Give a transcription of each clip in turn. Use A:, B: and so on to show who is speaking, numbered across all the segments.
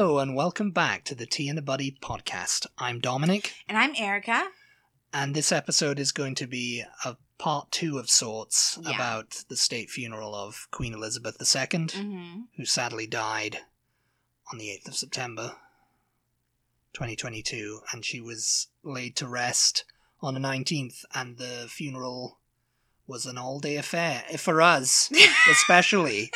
A: welcome back to the Tea and a Buddy podcast. I'm Dominic,
B: And I'm Erica.
A: and this episode is going to be a part two of sorts
B: Yeah.
A: about the state funeral of Queen Elizabeth II,
B: Mm-hmm.
A: who sadly died on the 8th of September 2022, and she was laid to rest on the 19th, and the funeral was an all day affair. For us, especially.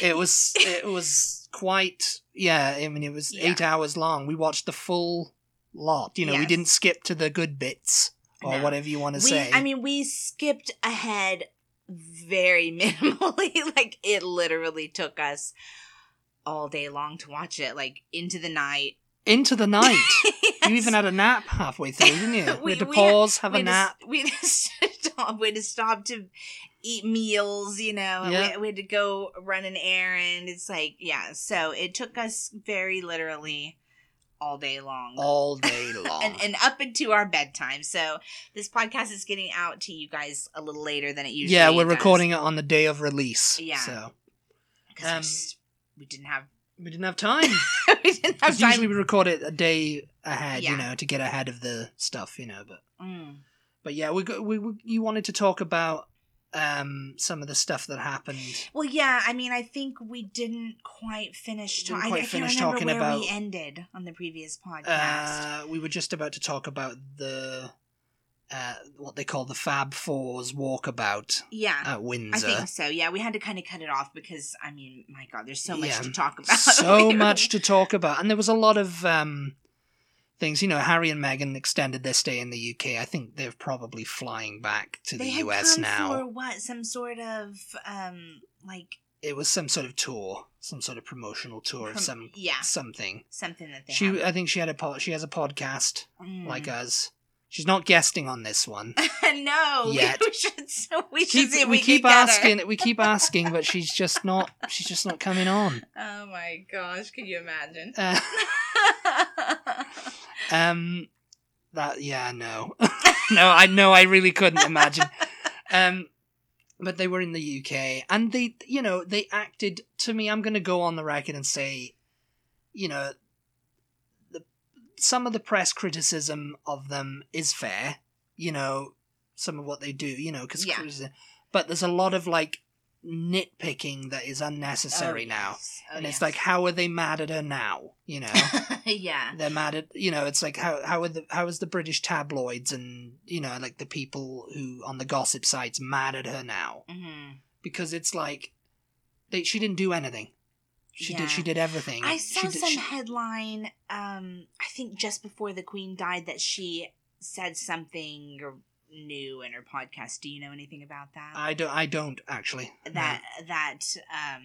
A: it was it was quite yeah i mean it was
B: Yeah.
A: eight hours long we watched the full lot you know we
B: Yes.
A: didn't skip to the good bits or
B: No.
A: whatever you want to
B: we,
A: say
B: I mean, we skipped ahead very minimally. like, it literally took us all day long to watch it, like, into the night.
A: into the night you even
B: Yes.
A: had a nap halfway through didn't you we,
B: We-
A: had to
B: we had-
A: pause have
B: we
A: a nap
B: Just, we just stop. We had to stop to eat meals, you know. and
A: Yeah.
B: We, we had to go run an errand. It's like, yeah. So it took us very literally all day long.
A: all day long
B: and, and up into our bedtime. So this podcast is getting out to you guys a little later than it usually.
A: yeah we're
B: does,
A: recording it on the day of release
B: Yeah.
A: so
B: 'cause we
A: um,
B: just- we didn't have
A: we didn't have time
B: we didn't have
A: 'Cause
B: time.
A: usually we record it a day ahead you
B: Yeah.
A: know to get ahead of the stuff you know but
B: Mm.
A: but yeah we, go- we, we you wanted to talk about um some of the stuff that happened
B: Well, yeah. I mean, I think we didn't quite finish.
A: Didn't
B: talking. I,
A: quite
B: I can't
A: finish
B: remember
A: talking
B: where
A: about-
B: we ended on the previous podcast.
A: Uh, we were just about to talk about the uh, what they call the Fab Four's walkabout
B: yeah.
A: at
B: I
A: Windsor.
B: think so. Yeah, we had to kind of cut it off because I mean, my God, there's so much
A: Yeah.
B: to talk about.
A: so
B: We were-
A: much to talk about, and there was a lot of um, things. You know, Harry and Meghan extended their stay in the UK. I think they're probably flying back to
B: They
A: the
B: had
A: US
B: come
A: now.
B: for what? Some sort of um, like
A: It was some sort of tour, some sort of promotional tour of
B: prom-
A: some
B: yeah,
A: something.
B: something that they
A: she,
B: have.
A: I think she had a pod, she has a podcast
B: Mm.
A: like us. She's not guesting on this one.
B: no,
A: Yet.
B: We, we should. So we
A: keep,
B: should see if
A: we,
B: we,
A: keep
B: can get her.
A: asking we keep asking but she's just not she's just not coming on
B: Oh my gosh! Could you imagine?
A: uh, um that yeah no no i know i really couldn't imagine um but they were in the uk and they you know they acted to me i'm going to go on the record and say you know the some of the press criticism of them is fair you know some of what they do you know because
B: Yeah.
A: but there's a lot of like nitpicking that is unnecessary
B: Oh,
A: now and it's like how are they mad at her now you know
B: like, yeah,
A: they're mad at you know it's like how how are the how is the british tabloids and you know like the people who on the gossip sites mad at her now
B: hmm
A: because it's like they, she didn't do anything she
B: Yeah.
A: did she did everything
B: I
A: She
B: saw
A: did-
B: some
A: she-
B: headline. Um, I think just before the Queen died, that she said something or- new in her podcast. Do you know anything about that?
A: i don't i don't actually no.
B: that that um,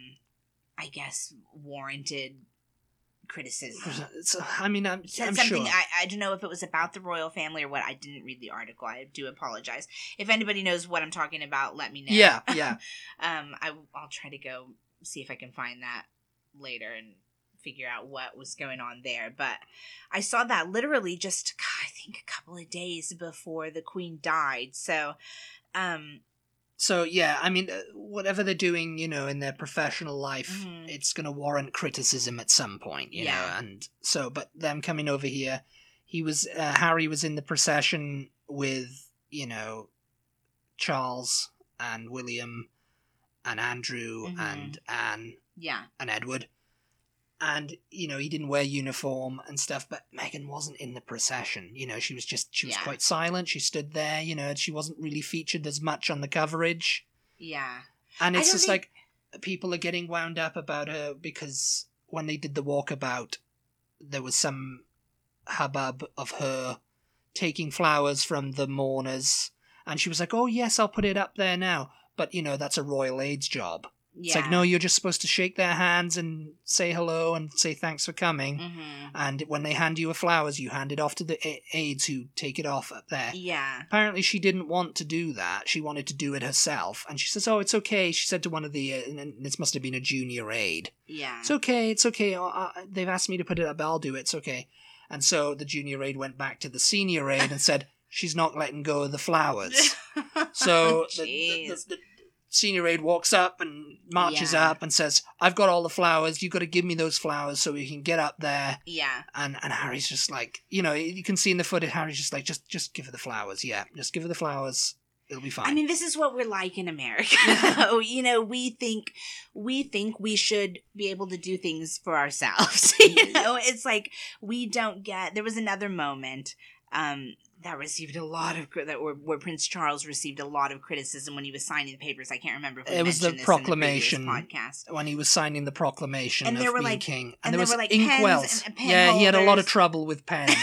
B: I guess warranted criticism.
A: It's- i mean i'm,
B: Said
A: I'm
B: something
A: sure
B: I, I don't know if it was about the royal family or what. I didn't read the article. I do apologize. If anybody knows what I'm talking about, let me know.
A: yeah yeah
B: um, I I'll try to go see if I can find that later and figure out what was going on there. But I saw that literally just I think a couple of days before the Queen died. So, um,
A: so yeah i mean uh, whatever they're doing you know in their professional life
B: Mhm.
A: it's going to warrant criticism at some point you know
B: Yeah.
A: and so but them coming over here he was uh, harry was in the procession with you know charles and william and andrew
B: Mhm.
A: and anne
B: yeah,
A: and edward and you know he didn't wear uniform and stuff but megan wasn't in the procession you know she was just she was
B: Yeah.
A: quite silent she stood there you know and she wasn't really featured as much on the coverage
B: yeah,
A: and
B: I
A: it's
B: don't
A: just
B: think-
A: like people are getting wound up about her because when they did the walkabout, there was some hubbub of her taking flowers from the mourners. And she was like, oh, yes, I'll put it up there now. But, you know, that's a royal aide's job.
B: yeah.
A: It's like, no, you're just supposed to shake their hands and say hello and say thanks for coming.
B: hmm
A: And when they hand you a flowers, you hand it off to the a- aides who take it off up there.
B: yeah,
A: Apparently, she didn't want to do that. She wanted to do it herself. And she says, Oh, it's okay. She said to one of the, uh, and- and this must have been a junior aide,
B: yeah.
A: It's okay. It's okay. I, I, they've asked me to put it up. I'll do it. It's okay. And so the junior aide went back to the senior aide and said, She's not letting go of the flowers. So, the, the- the-
B: Jeez.
A: the- Senior Aid walks up and marches
B: Yeah.
A: up and says, I've got all the flowers. You've got to give me those flowers so we can get up there.
B: Yeah.
A: And and Harry's just like, you know, you can see in the footage, Harry's just like, just just give her the flowers. Yeah, just give her the flowers. It'll be fine.
B: I mean, this is what we're like in America. you know, we think we think we should be able to do things for ourselves. you know, it's like we don't get. There was another moment um, that received a lot of cri- that where, where Prince Charles received a lot of criticism when he was signing the papers. I can't remember. If we
A: It was the
B: mentioned this in previous
A: proclamation.
B: podcast.
A: when he was signing the proclamation
B: And
A: of
B: there were,
A: being
B: like-
A: king, and,
B: and
A: there
B: there
A: was
B: were, like, pens
A: inkwells.
B: and- and pen
A: yeah, he had a lot of
B: holders.
A: trouble with pens.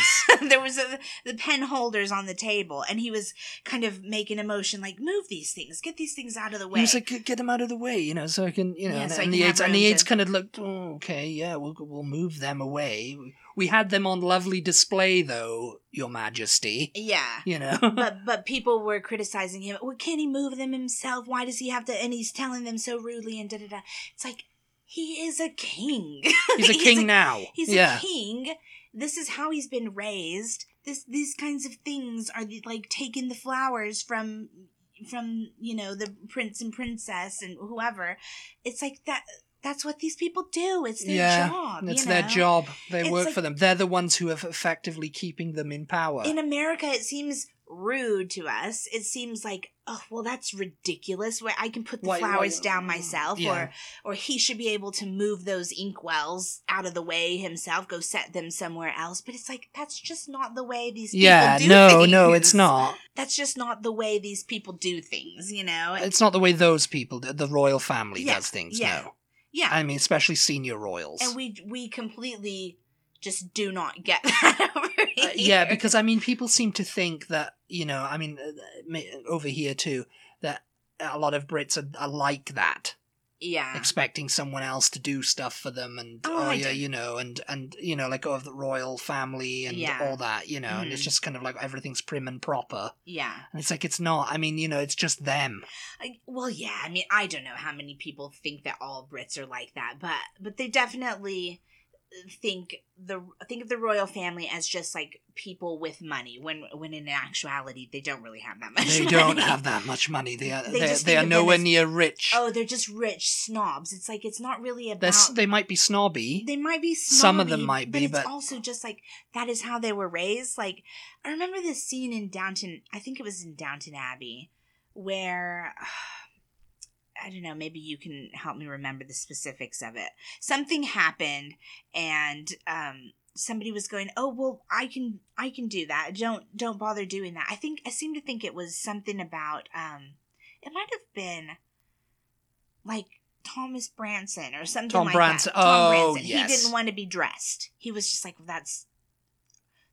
B: there was a, the pen holders on the table, and he was kind of making a motion like, "Move these things, get these things out of the way."
A: He was like, "Get- "Get them out of the way," you know, so I can, you know,
B: Yeah,
A: and,
B: so I
A: and
B: can
A: the
B: have
A: aides, and
B: room
A: the
B: to-
A: aides kind of looked, "Oh, okay, yeah, we'll we'll move them away." We had them on lovely display, though, Your Majesty.
B: yeah.
A: You know,
B: but but people were criticizing him. Well, can he move them himself? Why does he have to? And he's telling them so rudely and da da da. It's like he is a king.
A: he's a
B: he's
A: king
B: a-
A: now.
B: he's
A: yeah,
B: a king. This is how he's been raised. This these kinds of things are the, like taking the flowers from from you know the prince and princess and whoever. It's like that. That's what these people do. It's their
A: Yeah,
B: job.
A: it's
B: you
A: their
B: know?
A: job. They
B: It's
A: work
B: like-
A: for them. They're the ones who are effectively keeping them in power.
B: in America, it seems rude to us. It seems like, oh, well, that's ridiculous. Where I can put the
A: Why-
B: flowers
A: why-
B: down myself,
A: Yeah.
B: or or he should be able to move those inkwells out of the way himself, go set them somewhere else. But it's like that's just not the way these people
A: yeah,
B: do
A: no,
B: things.
A: no, it's not.
B: That's just not the way these people do things. You know?
A: It's not the way those people, the the royal family,
B: Yeah,
A: does things.
B: yeah.
A: No,
B: yeah,
A: I mean, especially senior royals.
B: and we we completely just do not get that over
A: Uh,
B: here.
A: yeah, because I mean, people seem to think that you know, I mean, uh, ma- over here too, that a lot of Brits are, are like that,
B: yeah,
A: expecting someone else to do stuff for them, and
B: Oh,
A: oh,
B: I
A: yeah,
B: don't-
A: you know, and and you know, like of the royal family and
B: Yeah.
A: all that, you know, and it's
B: Mhm.
A: just kind of like everything's prim and proper,
B: yeah.
A: and it's like it's not. I mean, you know, it's just them.
B: I, well yeah i mean i don't know how many people think that all brits are like that but but they definitely think the think of the royal family as just like people with money when when in actuality they don't really have that much
A: They
B: money.
A: don't have that much money. They are
B: They
A: they,
B: just
A: they
B: think
A: are
B: of them
A: nowhere
B: as-
A: near rich.
B: oh they're just rich snobs it's like it's not really
A: They're,
B: about
A: s- they might be snobby.
B: they might be snobby,
A: Some of them might be,
B: it's
A: but-
B: also just like that is how they were raised like i remember this scene in downton i think it was in downton abbey where i don't know maybe you can help me remember the specifics of it something happened and um somebody was going oh well i can i can do that don't don't bother doing that i think i seem to think it was something about um it might have been like Thomas Branson or something
A: Tom
B: like
A: Branson.
B: that. Tom
A: Oh,
B: Branson.
A: yes.
B: He didn't want to be dressed. He was just like that's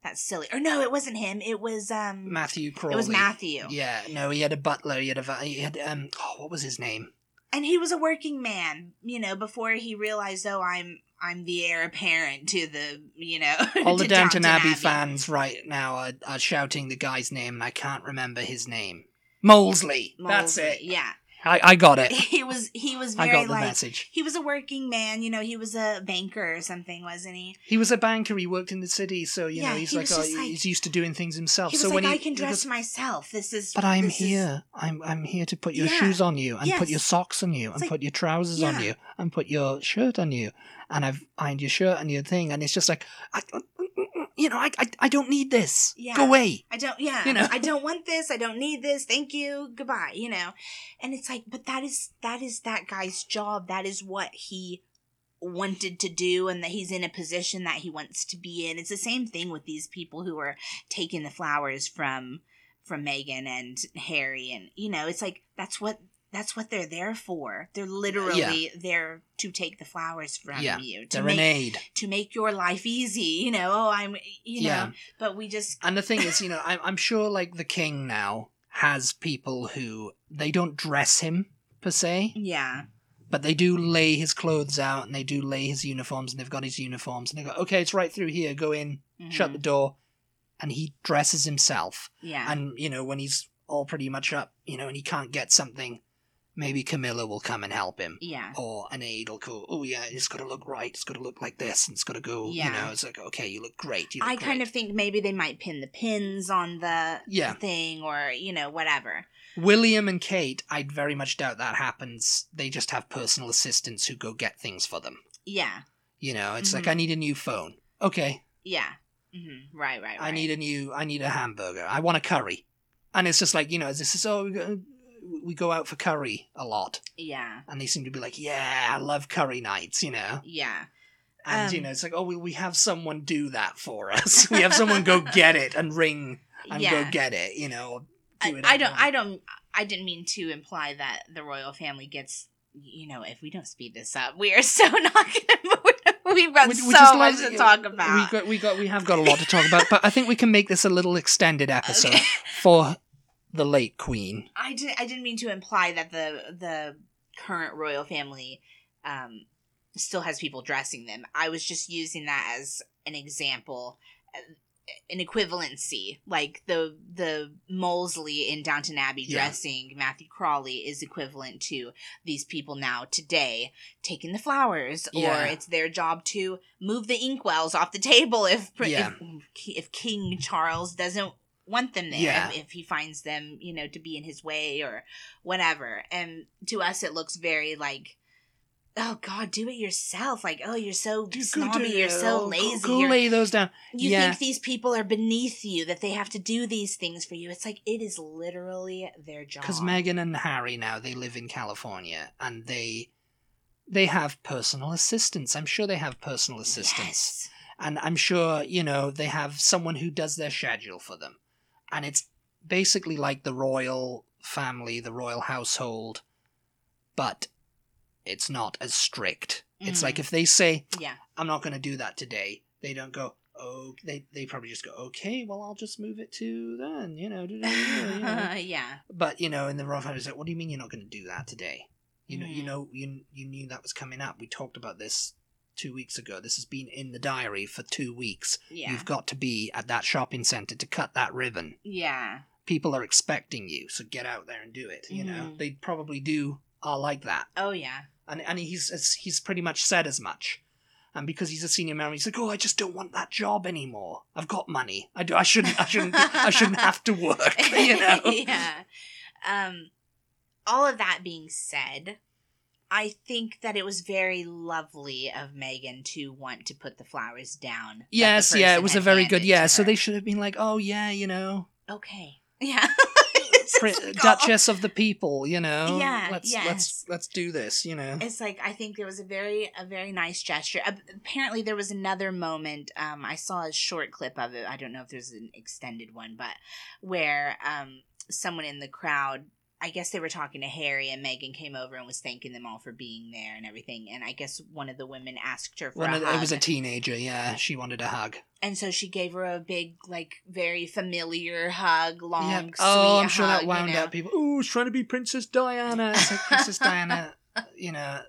B: that's silly. Or no, it wasn't him. It was um
A: Matthew Crawley.
B: it was Matthew.
A: Yeah, no, he had a butler. He had a va- he had um. Oh, what was his name?
B: And he was a working man, you know, before he realized oh I'm I'm the heir apparent to the, you know,
A: All the
B: to
A: Downton Abbey, fans right now are, are shouting the guy's name, and I can't remember his name. Molesley. That's
B: Molesley.
A: it.
B: Yeah.
A: I, I got it.
B: He was he was
A: I
B: very
A: got the
B: like
A: message.
B: he was a working man, you know, he was a banker or something, wasn't he?
A: He was a banker. He worked in the city, so you
B: Yeah,
A: know he's
B: he
A: like,
B: was
A: oh,
B: just like-
A: he's used to doing things himself.
B: He was
A: Oh, so
B: like,
A: when he,
B: I can
A: he
B: dress
A: goes,
B: myself. This is
A: but I'm
B: this is-
A: here. I'm I'm here to put your
B: Yeah.
A: shoes on you, and put
B: Yes.
A: your socks on you, and
B: like-
A: put your trousers on
B: Yeah.
A: you, and put your shirt on you, and I've ironed your shirt and your thing, and it's just like, I, you know, I, I I don't need this.
B: Yeah.
A: Go away.
B: I don't, yeah.
A: You know?
B: I don't want this. I don't need this. Thank you. Goodbye. You know, and it's like, but that is that is that guy's job. That is what he wanted to do, and that he's in a position that he wants to be in. It's the same thing with these people who are taking the flowers from from Megan and Harry, and you know, it's like that's what that's what they're there for. They're literally there to take the flowers from
A: Yeah.
B: you to
A: They're
B: make
A: an aid.
B: to make your life easy. You know, oh, I'm, you know,
A: Yeah.
B: but we just.
A: And the thing is, you know, I'm, I'm sure like the king now has people who they don't dress him per se,
B: Yeah.
A: but they do lay his clothes out and they do lay his uniforms and they've got his uniforms and they go, okay, it's right through here, go in, shut
B: Mm-hmm.
A: the door. And he dresses himself.
B: Yeah.
A: And, you know, when he's all pretty much up, you know, and he can't get something, maybe Camilla will come and help him.
B: yeah.
A: Or an aide will go, oh yeah, it's got to look right, it's got to look like this, and it's got to go, you
B: Yeah.
A: know, it's like, okay, you look great. You look
B: I kind
A: great."
B: of think maybe they might pin the pins on the
A: Yeah.
B: thing or, you know, whatever.
A: William and Kate, I very much doubt that happens. They just have personal assistants who go get things for them.
B: Yeah.
A: You know, it's like
B: Mhm.
A: I need a new phone. Okay,
B: Yeah. hmm Right, right, right.
A: I need a new. I need a hamburger. I want a curry. And it's just like you know, this is oh, we go- we go out for curry a lot,
B: Yeah.
A: and they seem to be like, yeah, I love curry nights. You know,
B: Yeah.
A: and you
B: Um,
A: know, it's like oh, we we have someone do that for us. we have someone go get it and ring and
B: yeah.
A: go get it. You know,
B: I,
A: do it
B: I
A: at
B: don't.
A: night.
B: I don't. I didn't mean to imply that the royal family gets. You know, if we don't speed this up, we are so not gonna. We've got
A: We-
B: so
A: we just
B: much
A: love-
B: to talk
A: we
B: about.
A: got we got we have got a lot to talk about, but I think we can make this a little extended episode
B: Okay.
A: for the late queen.
B: I did. I didn't mean to imply that the the current royal family um, still has people dressing them. I was just using that as an example, uh, an equivalency. Like the the Molesley in Downton Abbey
A: Yeah.
B: dressing Matthew Crawley is equivalent to these people now today taking the flowers,
A: Yeah.
B: or it's their job to move the inkwells off the table if pr-
A: Yeah.
B: if, if King Charles doesn't want them there
A: Yeah.
B: if, if he finds them you know to be in his way or whatever and to us it looks very like oh god do it yourself like oh you're so snobby you're so
A: Go-
B: lazy
A: Go,
B: you're-
A: lay those down.
B: you
A: yeah.
B: think these people are beneath you that they have to do these things for you it's like it is literally their job
A: Because Meghan and Harry now they live in California and they they have personal assistants. I'm sure they have personal assistants,
B: Yes.
A: and I'm sure you know they have someone who does their schedule for them, and it's basically like the royal family, the royal household, but it's not as strict. It's
B: Mhm.
A: like if they say
B: yeah
A: I'm not going to do that today. They don't go, oh, they, they probably just go, okay, well, I'll just move it to then, you know. da- da- da- da," you know.
B: yeah
A: But, you know, in the Royal Family, it's like, what do you mean you're not going to do that today? You know, you
B: Mm.
A: know, you, you knew that was coming up. We talked about this two weeks ago. This has been in the diary for two weeks.
B: yeah
A: You've got to be at that shopping centre to cut that ribbon.
B: yeah
A: People are expecting you, so get out there and do it. You know,
B: Mhm.
A: they probably do are like that
B: oh yeah
A: and and he's as- he's pretty much said as much. And because he's a senior man, he's like, "Oh, I just don't want that job anymore. I've got money. I do. I shouldn't. I shouldn't. I shouldn't have to work." You know.
B: yeah. Um, all of that being said, I think that it was very lovely of Megan to want to put the flowers down. that the
A: Yes. Yeah. It
B: person
A: was a
B: had
A: very
B: handed
A: good. Yeah.
B: to
A: So
B: her.
A: they should have been like, "Oh, yeah, you know,
B: okay. Yeah.
A: pri-
B: It's like, oh.
A: Duchess of the people. You know.
B: Yeah,
A: Let's let's
B: yes.
A: let's do this. You know.
B: It's like I think there was a very a very nice gesture. Ap- Apparently, there was another moment. Um, I saw a short clip of it. I don't know if there's an extended one, but where um someone in the crowd, I guess they were talking to Harry and Megan came over and was thanking them all for being there and everything. And I guess one of the women asked her for
A: One
B: a
A: of the-
B: hug,
A: it was a teenager. Yeah. She wanted a hug.
B: and so she gave her a big, like, very familiar hug, long,
A: yeah.
B: sweet.
A: Oh, I'm sure
B: hug,
A: that wound
B: you know?
A: up people. Oh, it's trying to be Princess Diana. It's like Princess Diana. You know,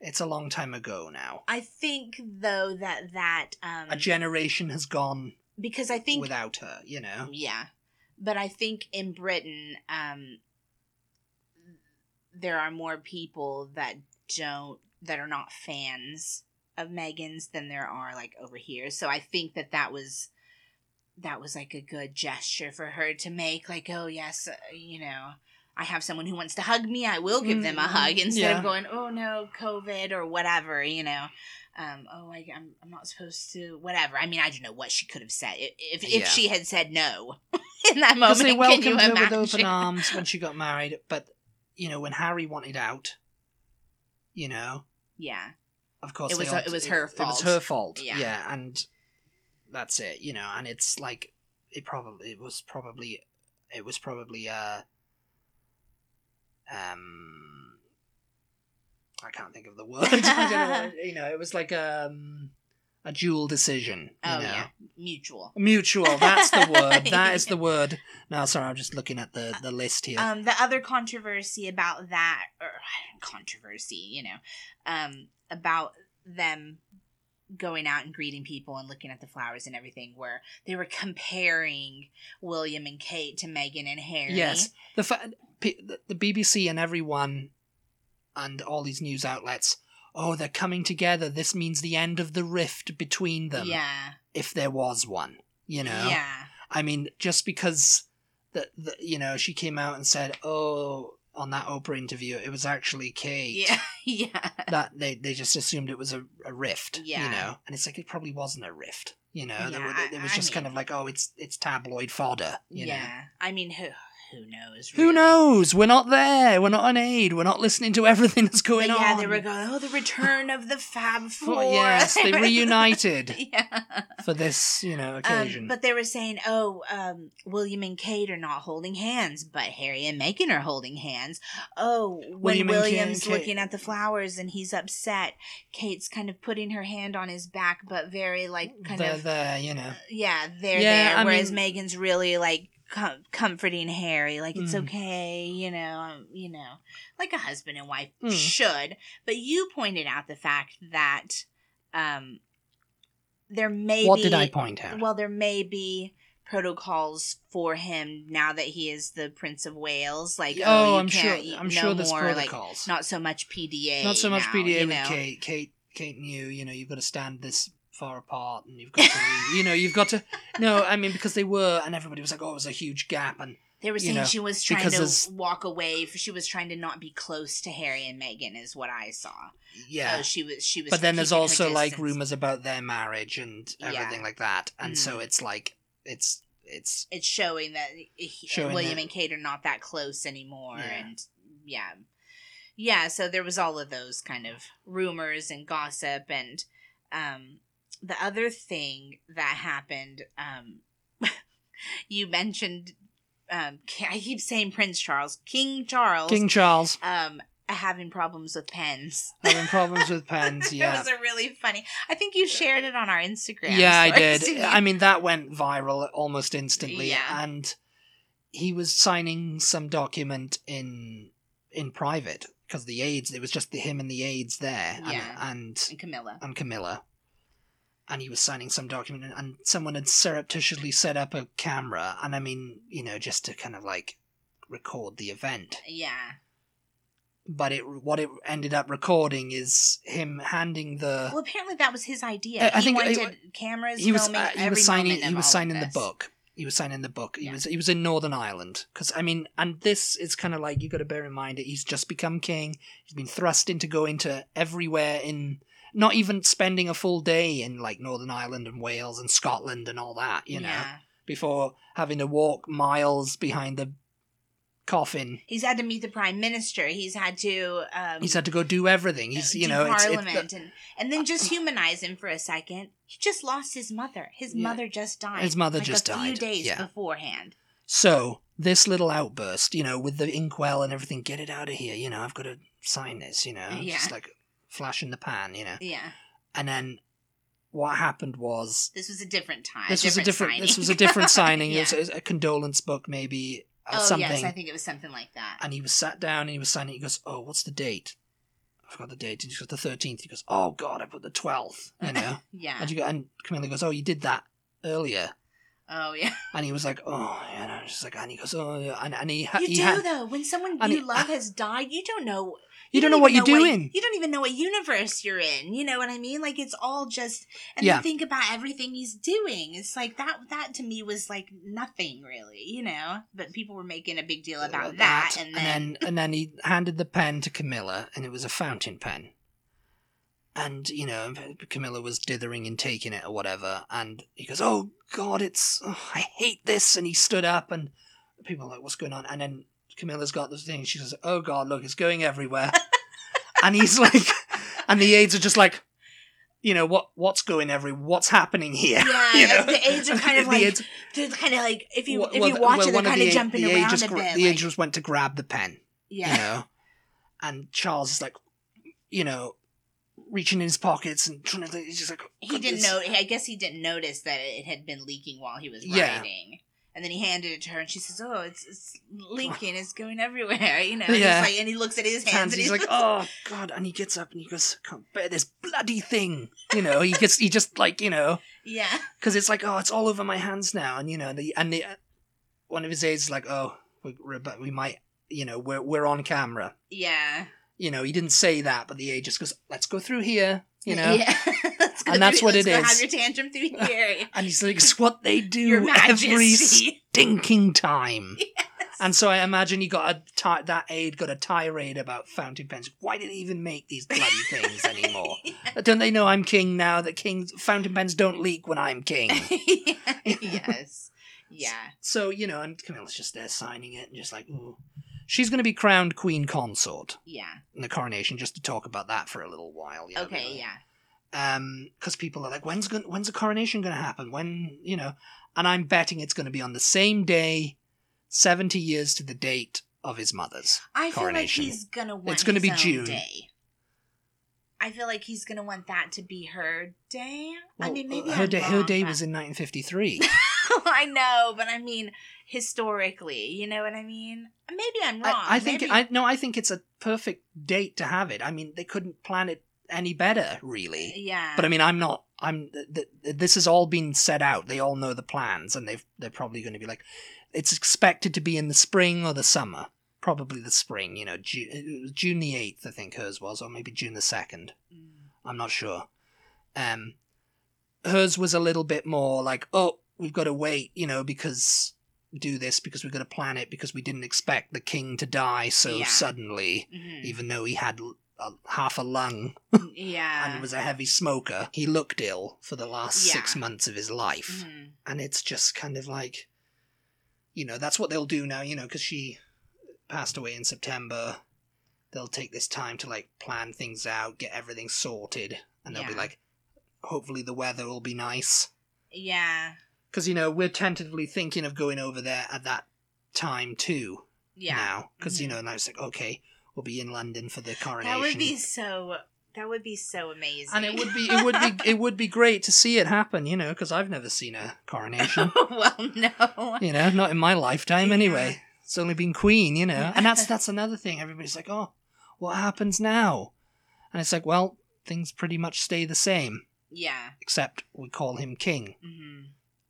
A: it's a long time ago now.
B: I think though that that um
A: a generation has gone
B: because I think Mm.
A: without her, you know.
B: Um, Yeah. But I think in Britain, um, there are more people that don't, that are not fans of Megan's than there are like over here. So I think that that was, that was like a good gesture for her to make. Like, oh, yes, uh, you know, I have someone who wants to hug me. I will give them a
A: Mm,
B: hug instead
A: yeah.
B: of going, oh, no, COVID or whatever, you know um, oh, I, I'm, I'm not supposed to, whatever. I mean, I don't know what she could have said. I- If, if
A: Yeah.
B: she had said no in that
A: Because
B: moment,
A: they
B: can
A: welcomed
B: you
A: her
B: imagine?
A: with open arms when she got married, but you know, when Harry wanted out, you know,
B: Yeah.
A: of course
B: It was
A: they
B: her-
A: all-
B: it was her
A: It was
B: fault.
A: her fault. Yeah.
B: Yeah.
A: and that's it, you know, and it's like it probably it was probably it was probably uh um I can't think of the word. I don't know, what- you know, it was like um a dual decision. You
B: Oh,
A: know?
B: yeah. Mutual.
A: Mutual, that's the word. That is the word. No, sorry, I'm just looking at the, the list here.
B: Um, the other controversy about that, or controversy, you know, um, about them going out and greeting people and looking at the flowers and everything, where they were comparing William and Kate to Megan and Harry.
A: yes, the, fa- P- the the BBC and everyone and all these news outlets, oh, they're coming together. This means the end of the rift between them,
B: Yeah.
A: if there was one, you know?
B: Yeah.
A: I mean, just because the- that, that you know she came out and said, "Oh, on that Oprah interview, it was actually Kate."
B: Yeah, yeah,
A: That they, they just assumed it was a, a rift, you
B: Yeah.
A: know, and it's like it probably wasn't a rift, you know. there were,
B: Yeah,
A: it was
B: I- I
A: just kind
B: mean-
A: of like, oh, it's it's tabloid fodder, you know.
B: yeah. I mean, who who knows?
A: Who
B: really?
A: knows? We're not there. We're not on aid. We're not listening to everything that's
B: But
A: going
B: yeah,
A: on.
B: they were going, oh, the return of the Fab Four.
A: For- yes, they reunited
B: yeah.
A: for this, you know, occasion.
B: Um, but they were saying, oh, um, William and Kate are not holding hands, but Harry and Meghan are holding hands. Oh, when
A: William and Kate-
B: William's
A: Kate-
B: looking at the flowers and he's upset, Kate's kind of putting her hand on his back, but very, like, kind
A: they're
B: of,
A: there, you know.
B: yeah, they're
A: Yeah,
B: there.
A: I
B: whereas
A: mean-
B: Megan's really, like, com- comforting Harry, like, it's
A: Mm.
B: okay, you know, um, you know, like a husband and wife
A: Mm.
B: should. But you pointed out the fact that, um, there may
A: What
B: be
A: did I point out?
B: well, there may be protocols for him now that he is the Prince of Wales. Like, oh,
A: oh,
B: you
A: I'm sure.
B: can't,
A: I'm
B: no
A: sure there's
B: more, Like,
A: protocols.
B: not so much PDA.
A: not, so much
B: now,
A: PDA
B: you
A: with
B: know?
A: Kate. Kate, Kate knew. You know, you've got to stand this far apart, and you've got to. re- you know, you've got to. No, I mean because they were, and everybody was like, "Oh, it was a huge gap," and
B: They were
A: you
B: saying
A: know,
B: she was trying
A: because
B: to
A: it's-
B: walk away. f- She was trying to not be close to Harry and Meghan, is what I saw.
A: yeah.
B: So she was. She was.
A: but then there's
B: keeping her
A: also like
B: distance.
A: rumors about their marriage and
B: Yeah.
A: everything like that, and so
B: Mm.
A: it's like it's it's
B: It's showing that he,
A: Showing
B: William
A: that-
B: and Kate are not that close anymore,
A: Yeah.
B: and yeah, yeah. So there was all of those kind of rumors and gossip, and um, the other thing that happened, um, you mentioned. Um, Ki- I keep saying Prince Charles, King Charles,
A: King Charles
B: um, having problems with pens.
A: having problems with pens.
B: it
A: Yeah.
B: was a really funny. I think you shared it on our Instagram.
A: Yeah, I
B: stories,
A: did.
B: didn't you?
A: I mean, that went viral almost instantly,
B: Yeah.
A: and he was signing some document in in private because the aides. It was just the, him and the aides there, and,
B: Yeah.
A: and
B: and Camilla.
A: and Camilla, and he was signing some document, and, and someone had surreptitiously set up a camera, and I mean, you know, just to kind of like record the event.
B: Yeah.
A: But it what it ended up recording is him handing the.
B: Well, apparently that was his idea.
A: I- I
B: he
A: think it-
B: wanted cameras.
A: he was
B: filming
A: uh, he
B: every
A: was signing
B: moment of
A: he was
B: all of
A: signing the
B: this.
A: book he was signing the book he
B: Yeah.
A: was he was in northern ireland because i mean and this is kind of like you got to bear in mind that he's just become king he's been thrust into go into everywhere in not even spending a full day in like northern ireland and wales and scotland and all that you know
B: Yeah.
A: before having to walk miles behind the coffin
B: He's had to meet the prime minister. He's had to. Um,
A: he's had to go do everything he's
B: uh,
A: you
B: do
A: know it's, uh, it's
B: parliament and and then just humanize him for a second. He just lost his mother. His
A: Yeah.
B: mother just died.
A: His mother
B: like
A: just
B: a few
A: died.
B: days
A: Yeah.
B: beforehand.
A: So this little outburst, you know, with the inkwell and everything, get it out of here. You know, I've got to sign this. You know,
B: Yeah.
A: just like flash in the pan. You know,
B: Yeah,
A: and then what happened was
B: this was a different time.
A: this was a different.
B: signing.
A: This was a different signing.
B: yeah.
A: It was a, a condolence book, maybe or
B: oh
A: something.
B: yes, I think it was something like that.
A: and he was sat down and he was signing. He goes, "Oh, what's the date? I forgot the date." And he goes, "The 13th. He goes, "Oh God, I put the 12th." You know,
B: yeah.
A: and you go, and Camilla goes, "Oh, you did that earlier."
B: oh yeah.
A: And he was like, "Oh," you know, just like, and he goes, "Oh," yeah," and, and he ha-
B: You
A: he
B: do
A: had,
B: though. When someone
A: and
B: you
A: it-
B: love has died, you don't know
A: you don't know what you're
B: even
A: doing.
B: you don't even know what universe you're in. You know what I mean? Like it's all just and
A: Yeah.
B: then think about everything he's doing. It's like that that to me was like nothing really, you know. But people were making a big deal about that, and then,
A: and then and then he handed the pen to Camilla, and it was a fountain pen. And you know, Camilla was dithering and taking it or whatever, and he goes, "Oh God, it's oh, I hate this," and he stood up, and people were like, "What's going on?" And then Camilla's got the thing. She says, "Oh God, look, it's going everywhere," and he's like, and the aides are just like, you know, what what's going every, what's happening here?
B: yeah,
A: You know?
B: the aides are kind of
A: The
B: like
A: aides-
B: they're kind of like if you
A: well-
B: if
A: well,
B: you watch
A: well,
B: it, they're
A: one
B: kind of
A: the-
B: jumping
A: the aide
B: around
A: just
B: a
A: gra-
B: bit.
A: The
B: like,
A: aide just went to grab the pen
B: yeah,
A: you know. And Charles is like, you know, reaching in his pockets and trying to. He's just like oh,
B: he didn't
A: it's-
B: know. I guess he didn't notice that it had been leaking while he was
A: Yeah.
B: writing. And then he handed it to her, and she says, "Oh, it's, it's leaking. It's going everywhere." You know.
A: Yeah.
B: And, he's like, and he looks at
A: His
B: his hands,
A: hands.
B: and
A: He's like, oh god! And he gets up and he goes, I can't bear this bloody thing. You know, he gets he just like you know
B: "Yeah."
A: because it's like oh, it's all over my hands now, and you know, the and the uh, one of his aides is like, oh, we, we're about, we might, you know, we're we're on camera.
B: Yeah.
A: You know, he didn't say that, but the aide just goes, let's go through here. You know,
B: Yeah. Let's the
A: And that's
B: movie,
A: what
B: let's
A: it
B: go
A: is.
B: Have your tantrum through here.
A: And he's like, it's what they
B: Your
A: do every
B: Majesty.
A: stinking time. And so I imagine he got a ti- that aide got a tirade about fountain pens. Why do they even make these bloody things anymore? Don't they know I'm king now? That kings fountain pens don't leak when I'm king.
B: yes. Yeah.
A: So you know, and Camilla's just there signing it, and just like, ooh, she's going to be crowned queen consort
B: Yeah.
A: in the coronation. Just to talk about that for a little while. you know,
B: Okay.
A: really.
B: Yeah.
A: um because people are like when's going when's the coronation going to happen when you know and i'm betting it's going to be on the same day 70 years to the date of his mother's
B: I feel like
A: coronation.
B: he's gonna want.
A: It's gonna
B: his
A: be
B: own
A: June.
B: Day. I feel like he's gonna want that to be her day. I
A: Well,
B: mean, maybe
A: her
B: I'm
A: day, her
B: wrong,
A: day
B: but-
A: was in 1953
B: I know, but I mean historically, you know what I mean? Maybe I'm wrong.
A: I, I think
B: Maybe-
A: i no i think it's a perfect date to have it i mean they couldn't plan it any better really
B: yeah.
A: but i mean i'm not i'm th- th- this has all been set out they all know the plans and they've they're probably going to be like it's expected to be in the spring or the summer probably the spring you know june, june the 8th i think hers was or maybe june the 2nd
B: Mm.
A: i'm not sure um hers was a little bit more like oh we've got to wait you know because do this because we've got to plan it because we didn't expect the king to die so
B: Yeah.
A: suddenly
B: Mhm.
A: even though he had l- a, half a lung
B: yeah.
A: and was a heavy smoker. He looked ill for the last six
B: Yeah.
A: months of his life.
B: Mhm.
A: And it's just kind of like, you know, that's what they'll do now, you know, because she passed away in September. They'll take this time to like plan things out, get everything sorted, and they'll be
B: Yeah.
A: like, hopefully the weather will be nice.
B: Yeah.
A: Because, you know, we're tentatively thinking of going over there at that time too yeah.
B: Yeah. Mm-hmm.
A: now. Because, you know, now it's like, okay, we'll be in London for the coronation.
B: That would be so that would be so amazing.
A: and it would be it would be it would be great to see it happen you know because i've never seen a coronation
B: well, no.
A: you know not in my lifetime
B: Yeah.
A: anyway it's only been queen you know and that's that's another thing everybody's like oh what happens now and it's like well things pretty much stay the same
B: Yeah.
A: except we call him king
B: hmm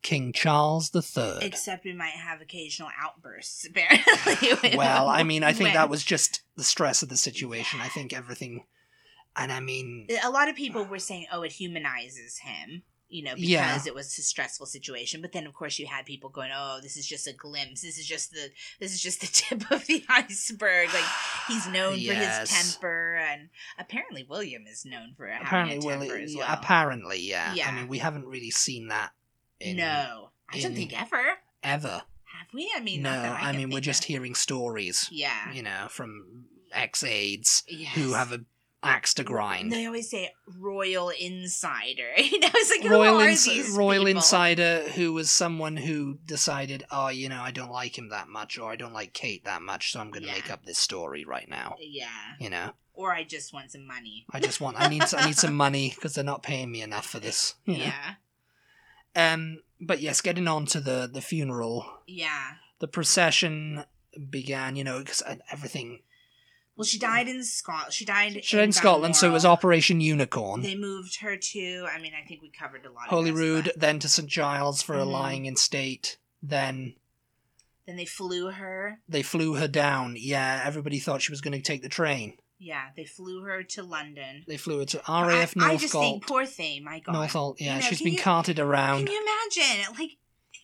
A: king charles the third
B: Except we might have occasional outbursts, apparently.
A: well i mean i think
B: When-
A: that was just the stress of the situation i think everything and i mean
B: a lot of people were saying, "Oh, it humanizes him," you know, because
A: Yeah.
B: it was a stressful situation. But then, of course, you had people going, "Oh, this is just a glimpse. This is just the this is just the tip of the iceberg." Like he's known for
A: Yes.
B: his temper, and apparently William is known for having
A: apparently
B: a
A: well,
B: temper
A: it-
B: as
A: yeah,
B: well.
A: apparently yeah. i
B: Yeah.
A: mean we haven't really seen that in
B: no, I don't
A: in-
B: think ever have
A: ever
B: we. I mean,
A: no
B: not that I,
A: i,
B: can
A: mean we're
B: think
A: just
B: of.
A: hearing stories
B: yeah,
A: you know from ex aides
B: yes.
A: who have an axe to grind
B: They always say royal insider. You know, it's like
A: royal,
B: who are
A: ins-
B: these
A: royal
B: people?
A: insider who was someone who decided oh you know i don't like him that much or i don't like kate that much so i'm going to
B: Yeah.
A: make up this story right now
B: Yeah,
A: you know
B: or I just want some money.
A: i just want i need i need some money because they're not paying me enough for this you know?
B: Yeah.
A: um but yes getting on to the the funeral
B: Yeah.
A: the procession began you know because everything
B: Well, she died in Scotland. She died.
A: she died in scotland so it was
B: Balmoral.
A: operation unicorn
B: They moved her to. I mean, I think we covered a lot. of this,
A: Holyrood,
B: but-
A: then to St Giles for a
B: Mhm.
A: lying in state. Then
B: Then they flew her.
A: they flew her down. Yeah, everybody thought she was going to take the train.
B: Yeah, they flew her to London.
A: They flew her to RAF
B: I, I just think,
A: Northolt.
B: poor thing. My God.
A: Northolt, yeah,
B: You know,
A: she's
B: can
A: been
B: you-
A: carted
B: Can
A: around.
B: you imagine? Like,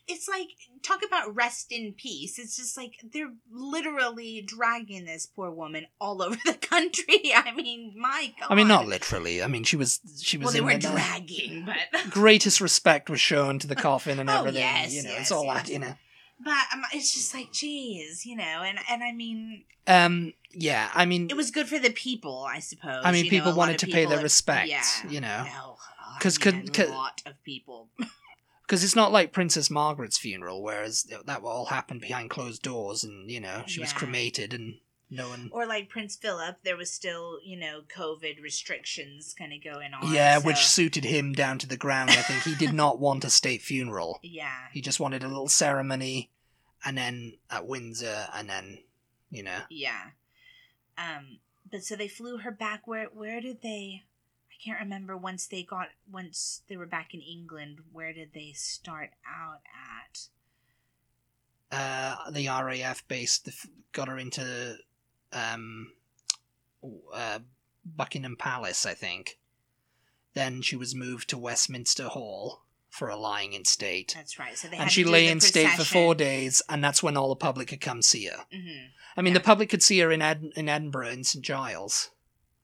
B: it's like talk about rest in peace. It's just like they're literally dragging this poor woman all over the country. I mean, my God.
A: I mean, not literally. I mean, she was she was
B: Well, they
A: in
B: were
A: the-
B: dragging, but
A: Greatest respect was shown to the coffin and
B: Oh,
A: everything.
B: yes,
A: you know,
B: yes,
A: it's all
B: yes.
A: that. You know.
B: but um, it's just like, geez, you know, and and I mean,
A: Um. Yeah. I mean.
B: it was good for the people, I suppose.
A: I mean,
B: you know, a
A: people
B: lot
A: wanted
B: of
A: to pay their
B: people-
A: respect.
B: Yeah.
A: You know,
B: No, I
A: 'Cause
B: mean,
A: could-
B: a
A: could-
B: lot of people.
A: because it's not like Princess Margaret's funeral, whereas that all happened behind closed doors, and you know, she was
B: Yeah.
A: cremated, and no one.
B: Or like Prince Philip, there was still you know COVID restrictions kind of going on.
A: Yeah,
B: so-
A: which suited him down to the ground. I think he did not want a state funeral.
B: yeah,
A: He just wanted a little ceremony, and then at Windsor, and then you know,
B: yeah. Um, but so they flew her back. Where where did they? I can't remember. Once they got once they were back in England, where did they start out at?
A: uh, the RAF base the, f- got her into um, uh, Buckingham Palace, I think. Then she was moved to Westminster Hall for a lying in state.
B: That's right. So they had
A: And she
B: to do
A: lay
B: the
A: in state for four
B: procession.
A: days, and that's when all the public could come see her.
B: Mhm.
A: I mean,
B: Yeah.
A: the public could see her in, Ad- in Edinburgh, in St. Giles.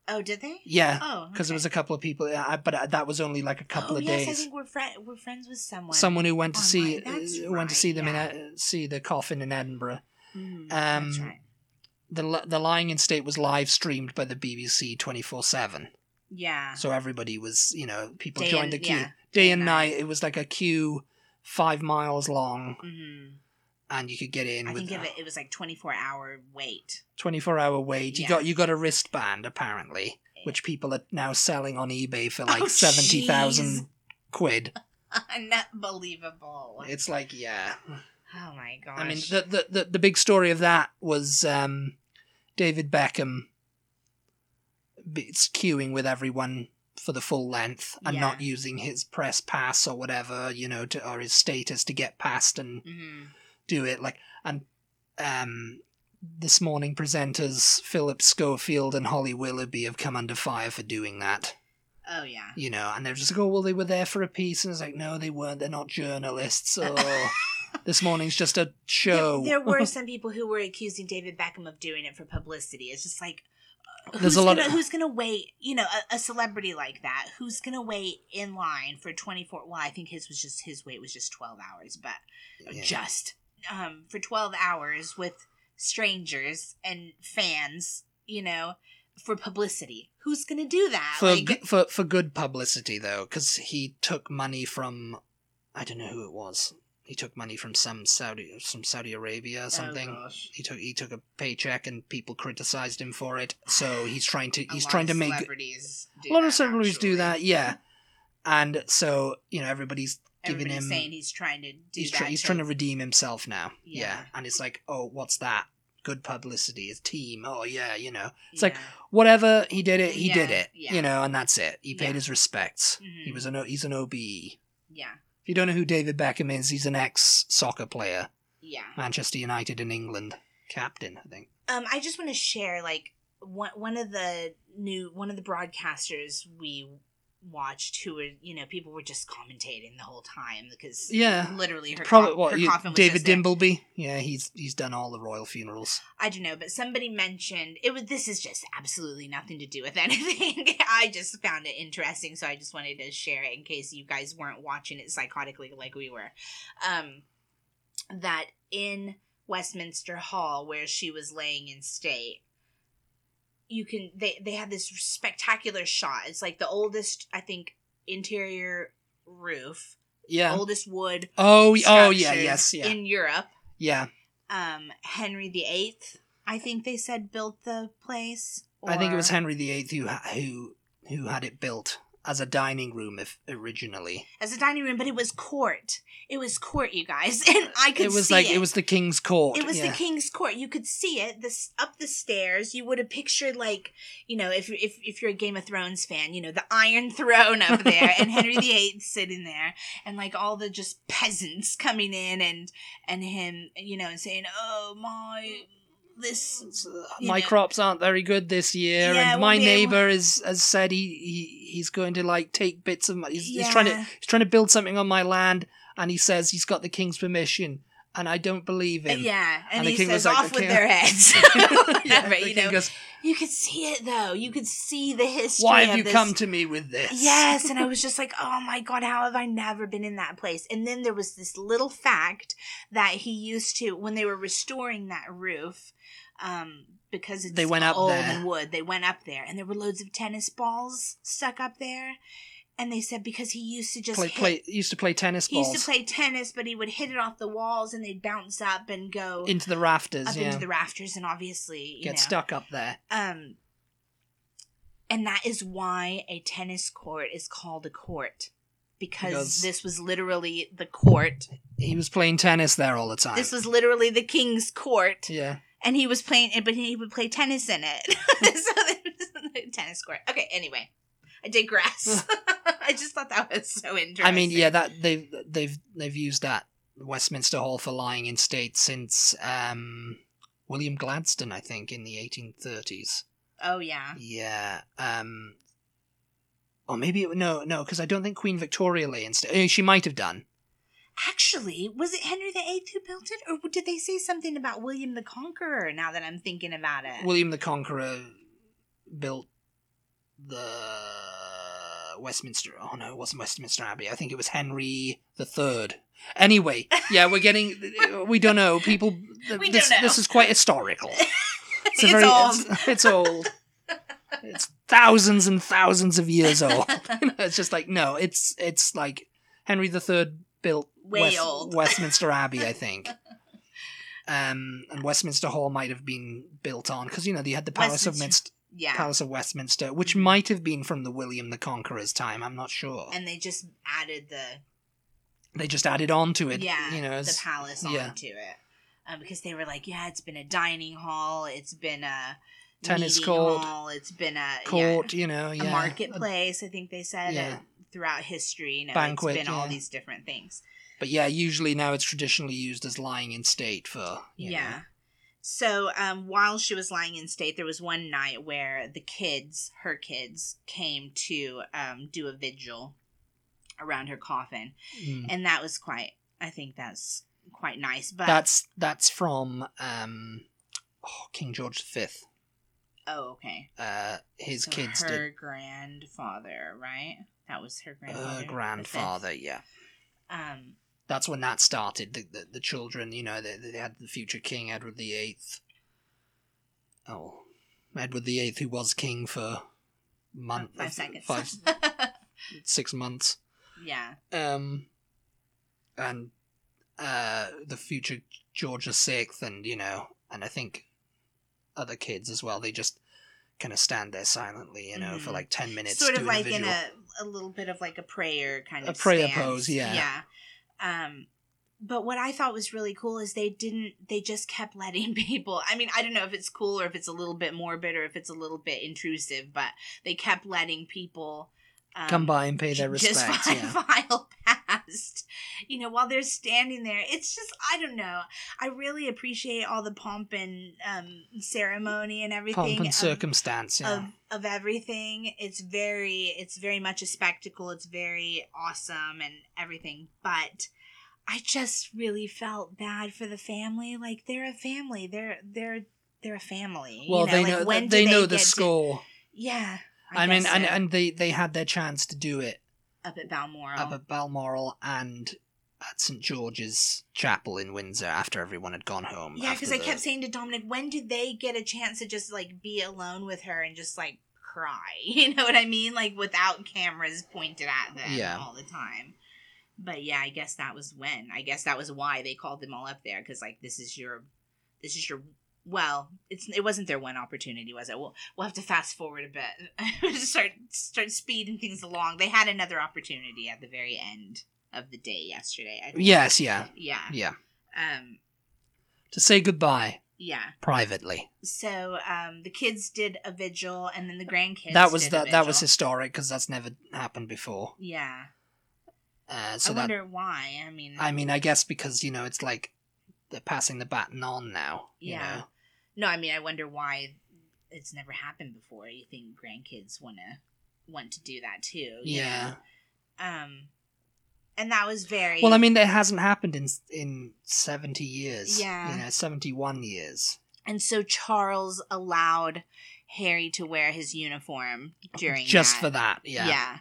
B: Oh, did they?
A: Yeah,
B: Oh,
A: because there was
B: okay.
A: a couple of people, yeah, I- but uh, that was only like a couple
B: Oh,
A: of
B: yes, I
A: days.
B: think we're, fri- we're friends with someone.
A: Someone who went to see
B: online, Oh, that's
A: uh, went to see
B: right,
A: them
B: yeah.
A: in in see the coffin in Edinburgh.
B: Mhm,
A: Um,
B: That's right.
A: The li- the lying in state was live streamed by the BBC twenty four seven,
B: Yeah.
A: so everybody was you know people
B: Ah. Day
A: joined
B: and-
A: the queue
B: yeah,
A: day and night. It was like a queue five miles long,
B: Mhm.
A: and you could get in
B: I
A: with
B: think of it, it was like 24 hour wait.
A: twenty four hour wait. You
B: Yeah.
A: got you got a wristband apparently,
B: Yeah.
A: which people are now selling on eBay for like
B: Oh,
A: seventy
B: jeez.
A: thousand quid.
B: Unbelievable.
A: It's like yeah.
B: oh my gosh.
A: I mean, the, the the the big story of that was um, David Beckham be- queuing with everyone for the full length and
B: Yeah.
A: not using his press pass or whatever, you know, to or his status to get past and
B: Mhm.
A: do it. Like and um, this morning, presenters Philip Schofield and Holly Willoughby have come under fire for doing that.
B: Oh, yeah.
A: You know, and they're just like, oh well, they were there for a piece, and it's like, no, they weren't. They're not journalists. Or this morning's just a
B: There-
A: show.
B: There, were some people who were accusing David Beckham of doing it for publicity. It's just like, uh,
A: There's
B: who's
A: a lot
B: gonna,
A: of-
B: who's gonna wait? You know, a, a celebrity like that, who's gonna wait in line for twenty four? Well, I think his was just his wait was just twelve hours, but
A: Yeah.
B: just um, for twelve hours with strangers and fans, you know, for publicity. Who's gonna do that?
A: for
B: Like, oh
A: g- for for good publicity though, because he took money from I don't know who it was. He took money from some Saudi from Saudi Arabia or
B: oh
A: something.
B: gosh.
A: he took he took a paycheck and people criticized him for it. So he's trying to
B: A
A: he's
B: lot
A: trying
B: of
A: to make
B: celebrities do
A: a lot
B: that,
A: of celebrities do
B: actually.
A: that, yeah. And so you know everybody's giving
B: Everybody's
A: him
B: saying he's trying to do
A: he's,
B: that.
A: try- he's
B: to-
A: trying to redeem himself now. Yeah.
B: Yeah.
A: and it's like oh what's that good publicity his team oh yeah you know it's like
B: Yeah.
A: whatever he did it he did
B: Yeah,
A: it
B: yeah.
A: you know and that's it he paid
B: Yeah.
A: his respects he
B: Mhm.
A: was an O- he's an OBE
B: Yeah,
A: if you don't know who David Beckham is he's an ex soccer player
B: yeah.
A: Manchester United in England captain I think
B: Um, I just want to share like one one of the new one of the broadcasters we watched who were you know people were just commentating the whole time because
A: yeah
B: literally her,
A: probably
B: co-
A: what
B: her
A: you-
B: coffin was
A: David
B: just there.
A: Dimbleby yeah he's he's done all the royal funerals
B: I don't know, but somebody mentioned it was. This is just absolutely nothing to do with anything. I just found it interesting, so I just wanted to share it in case you guys weren't watching it psychotically like we were. Um, that in Westminster Hall, where she was laying in state, you can they they had this spectacular shot. It's like the oldest, I think, interior roof,
A: yeah
B: oldest wood.
A: oh y- oh yeah
B: structures
A: yes yeah
B: in Europe
A: yeah
B: um Henry VIII. I think they said built the place.
A: I think it
B: or-
A: was Henry VIII who ha- who who had it built as a dining room if originally
B: as a dining room, but it was court. It was court, you guys, and I could.
A: it was
B: see
A: like
B: it.
A: it. was the king's court
B: It was
A: yeah.
B: the king's court. You could see it. This up the stairs, you would have pictured like you know if if if you're a Game of Thrones fan, you know the Iron Throne up there, and Henry VIII sitting there, and like all the just peasants coming in and and him, you know, and saying, "Oh my, this
A: It's, uh,
B: you
A: my
B: know.
A: crops aren't very good this year,
B: Yeah,
A: and
B: we'll
A: my
B: be able-
A: neighbor is has said he, he he's going to like take bits of my. He's, he's trying to
B: Yeah.
A: he's trying to build something on my land, and he says he's got the king's permission, and I don't believe him.
B: Yeah, and,
A: And the
B: he
A: king was
B: says
A: like,
B: off
A: "Okay."
B: with their heads.
A: Yeah,
B: Whatever,
A: the
B: you
A: king
B: know,
A: goes,
B: you could see it though. You could see the history.
A: Why
B: of
A: have you
B: this-
A: come to me with this?
B: Yes, and I was just like, oh my god, how have I never been in that place? And then there was this little fact that he used to when they were restoring that roof, um, because it's
A: They went up
B: old
A: there.
B: wood. They went up there, and there were loads of tennis balls stuck up there, and they said because he used to just
A: play,
B: hit
A: play used to play tennis
B: he
A: balls
B: used to play tennis, but he would hit it off the walls, and they'd bounce up and go
A: into the rafters.
B: up
A: yeah,
B: into the rafters and obviously you
A: get
B: know
A: stuck up there.
B: um and that is why a tennis court is called a court because,
A: Because-
B: this was literally the court
A: He was playing tennis there all the time.
B: this was literally the king's court
A: yeah,
B: and he was playing but he would play tennis in it so there was a tennis court okay anyway i digress i just thought that was so interesting
A: Hmm. I mean, yeah, that they've they've they've used that Westminster Hall for lying in state since um, William Gladstone, I think, in the 1830s.
B: oh yeah
A: Yeah. Um, Or maybe it, no, no, because I don't think Queen Victoria lay in state. eh, She might have done.
B: Actually, was it Henry VIII who built it, or did they say something about William the Conqueror? Now that I'm thinking about it,
A: William the Conqueror built the Westminster. Oh no, it wasn't Westminster Abbey. I think it was Henry the Third. Anyway, yeah, we're getting. We don't know. People.
B: We don't
A: this,
B: know.
A: This is quite historical. a
B: It's old.
A: It's, it's old. it's thousands and thousands of years old. You know, it's just like no. It's it's like Henry the Third built
B: Way old.
A: Westminster Abbey, I think. Um, and Westminster Hall might have been built on because you know they had the Palace of Minst-
B: Westminster. yeah,
A: Palace of Westminster, which might have been from the William the Conqueror's time. I'm not sure.
B: and they just added the
A: they just added on to it.
B: yeah
A: you know,
B: the
A: as,
B: palace
A: yeah.
B: onto it um, because they were like, yeah, it's been a dining hall, it's been a
A: Tennis
B: meeting
A: court.
B: hall, it's been a yeah,
A: court. You know, yeah,
B: a marketplace. I think they said
A: yeah.
B: uh, throughout history, you know,
A: Banquet,
B: it's been all
A: yeah.
B: these different things.
A: But yeah, usually now it's traditionally used as lying in state for you
B: yeah. So um, while she was lying in state, there was one night where the kids, her kids, came to um, do a vigil around her coffin,
A: know. Mm.
B: and that was quite. I think that's quite nice. But
A: That's that's from um, oh, King George V.
B: oh, okay.
A: Uh, his
B: So
A: kids
B: her
A: did.
B: grandfather, right? That was her grandfather. the
A: Her
B: fifth.
A: Uh, grandfather, yeah.
B: Um,
A: That's when that started. The, the, the children, you know, they, they had the future king Edward the Eighth. Oh, Edward the Eighth, who was king for month
B: five seconds.
A: Um, uh, five six months.
B: yeah.
A: um, and uh, the future George VI, and you know, and I think other kids as well. They just kind of stand there silently, you know, for
B: Mhm.
A: like ten minutes,
B: sort of
A: doing
B: like
A: a visual.
B: in a, a little bit of like a prayer kind
A: A
B: of
A: prayer
B: stance.
A: pose, yeah.
B: yeah um but what i thought was really cool is they didn't they just kept letting people i mean i don't know if it's cool or if it's a little bit morbid or if it's a little bit intrusive but they kept letting people um,
A: come by and pay their
B: j- just
A: respects.
B: fi-
A: Yeah,
B: file past you know while they're standing there it's just i don't know i really appreciate all the pomp and um, ceremony and everything
A: pomp and
B: of-
A: circumstance. Yeah,
B: of of everything. It's very it's very much a spectacle. It's very awesome and everything. But I just really felt bad for the family. Like they're a family. They're they're they're a family.
A: well,
B: you know?
A: they
B: like,
A: know
B: when do
A: they, know the
B: get to-
A: score.
B: yeah.
A: I, mean,
B: guess
A: and,
B: so.
A: and they they had their chance to do it
B: up at Balmoral.
A: up at Balmoral and at St George's Chapel in Windsor after everyone had gone home.
B: yeah,
A: after
B: because I
A: the-
B: kept saying to Dominic, when do they get a chance to just like be alone with her and just like cry? You know what I mean? Like without cameras pointed at them
A: Yeah.
B: all the time. But yeah, I guess that was when. I guess that was why they called them all up there because like this is your, this is your. Well, it's it wasn't their one opportunity, was it? We'll we'll have to fast forward a bit, start start speeding things along. They had another opportunity at the very end of the day yesterday. I think.
A: Yes, yeah,
B: yeah,
A: yeah,
B: um,
A: to say goodbye.
B: yeah.
A: privately.
B: so um the kids did a vigil and then the grandkids
A: that was
B: did a
A: that that was
B: vigil.
A: historic because that's never happened before.
B: yeah
A: Uh, so
B: i
A: that
B: wonder why i mean
A: I mean, I guess because you know it's like they're passing the baton on now. You
B: Yeah.
A: know?
B: no i mean i wonder why it's never happened before you think grandkids want to want to do that too you
A: Yeah.
B: know? um and that was very
A: Well, I mean, it hasn't happened in in seventy years.
B: Yeah.
A: You know, seventy one years
B: and so charles allowed harry to wear his uniform during
A: just
B: that.
A: for that. Yeah.
B: yeah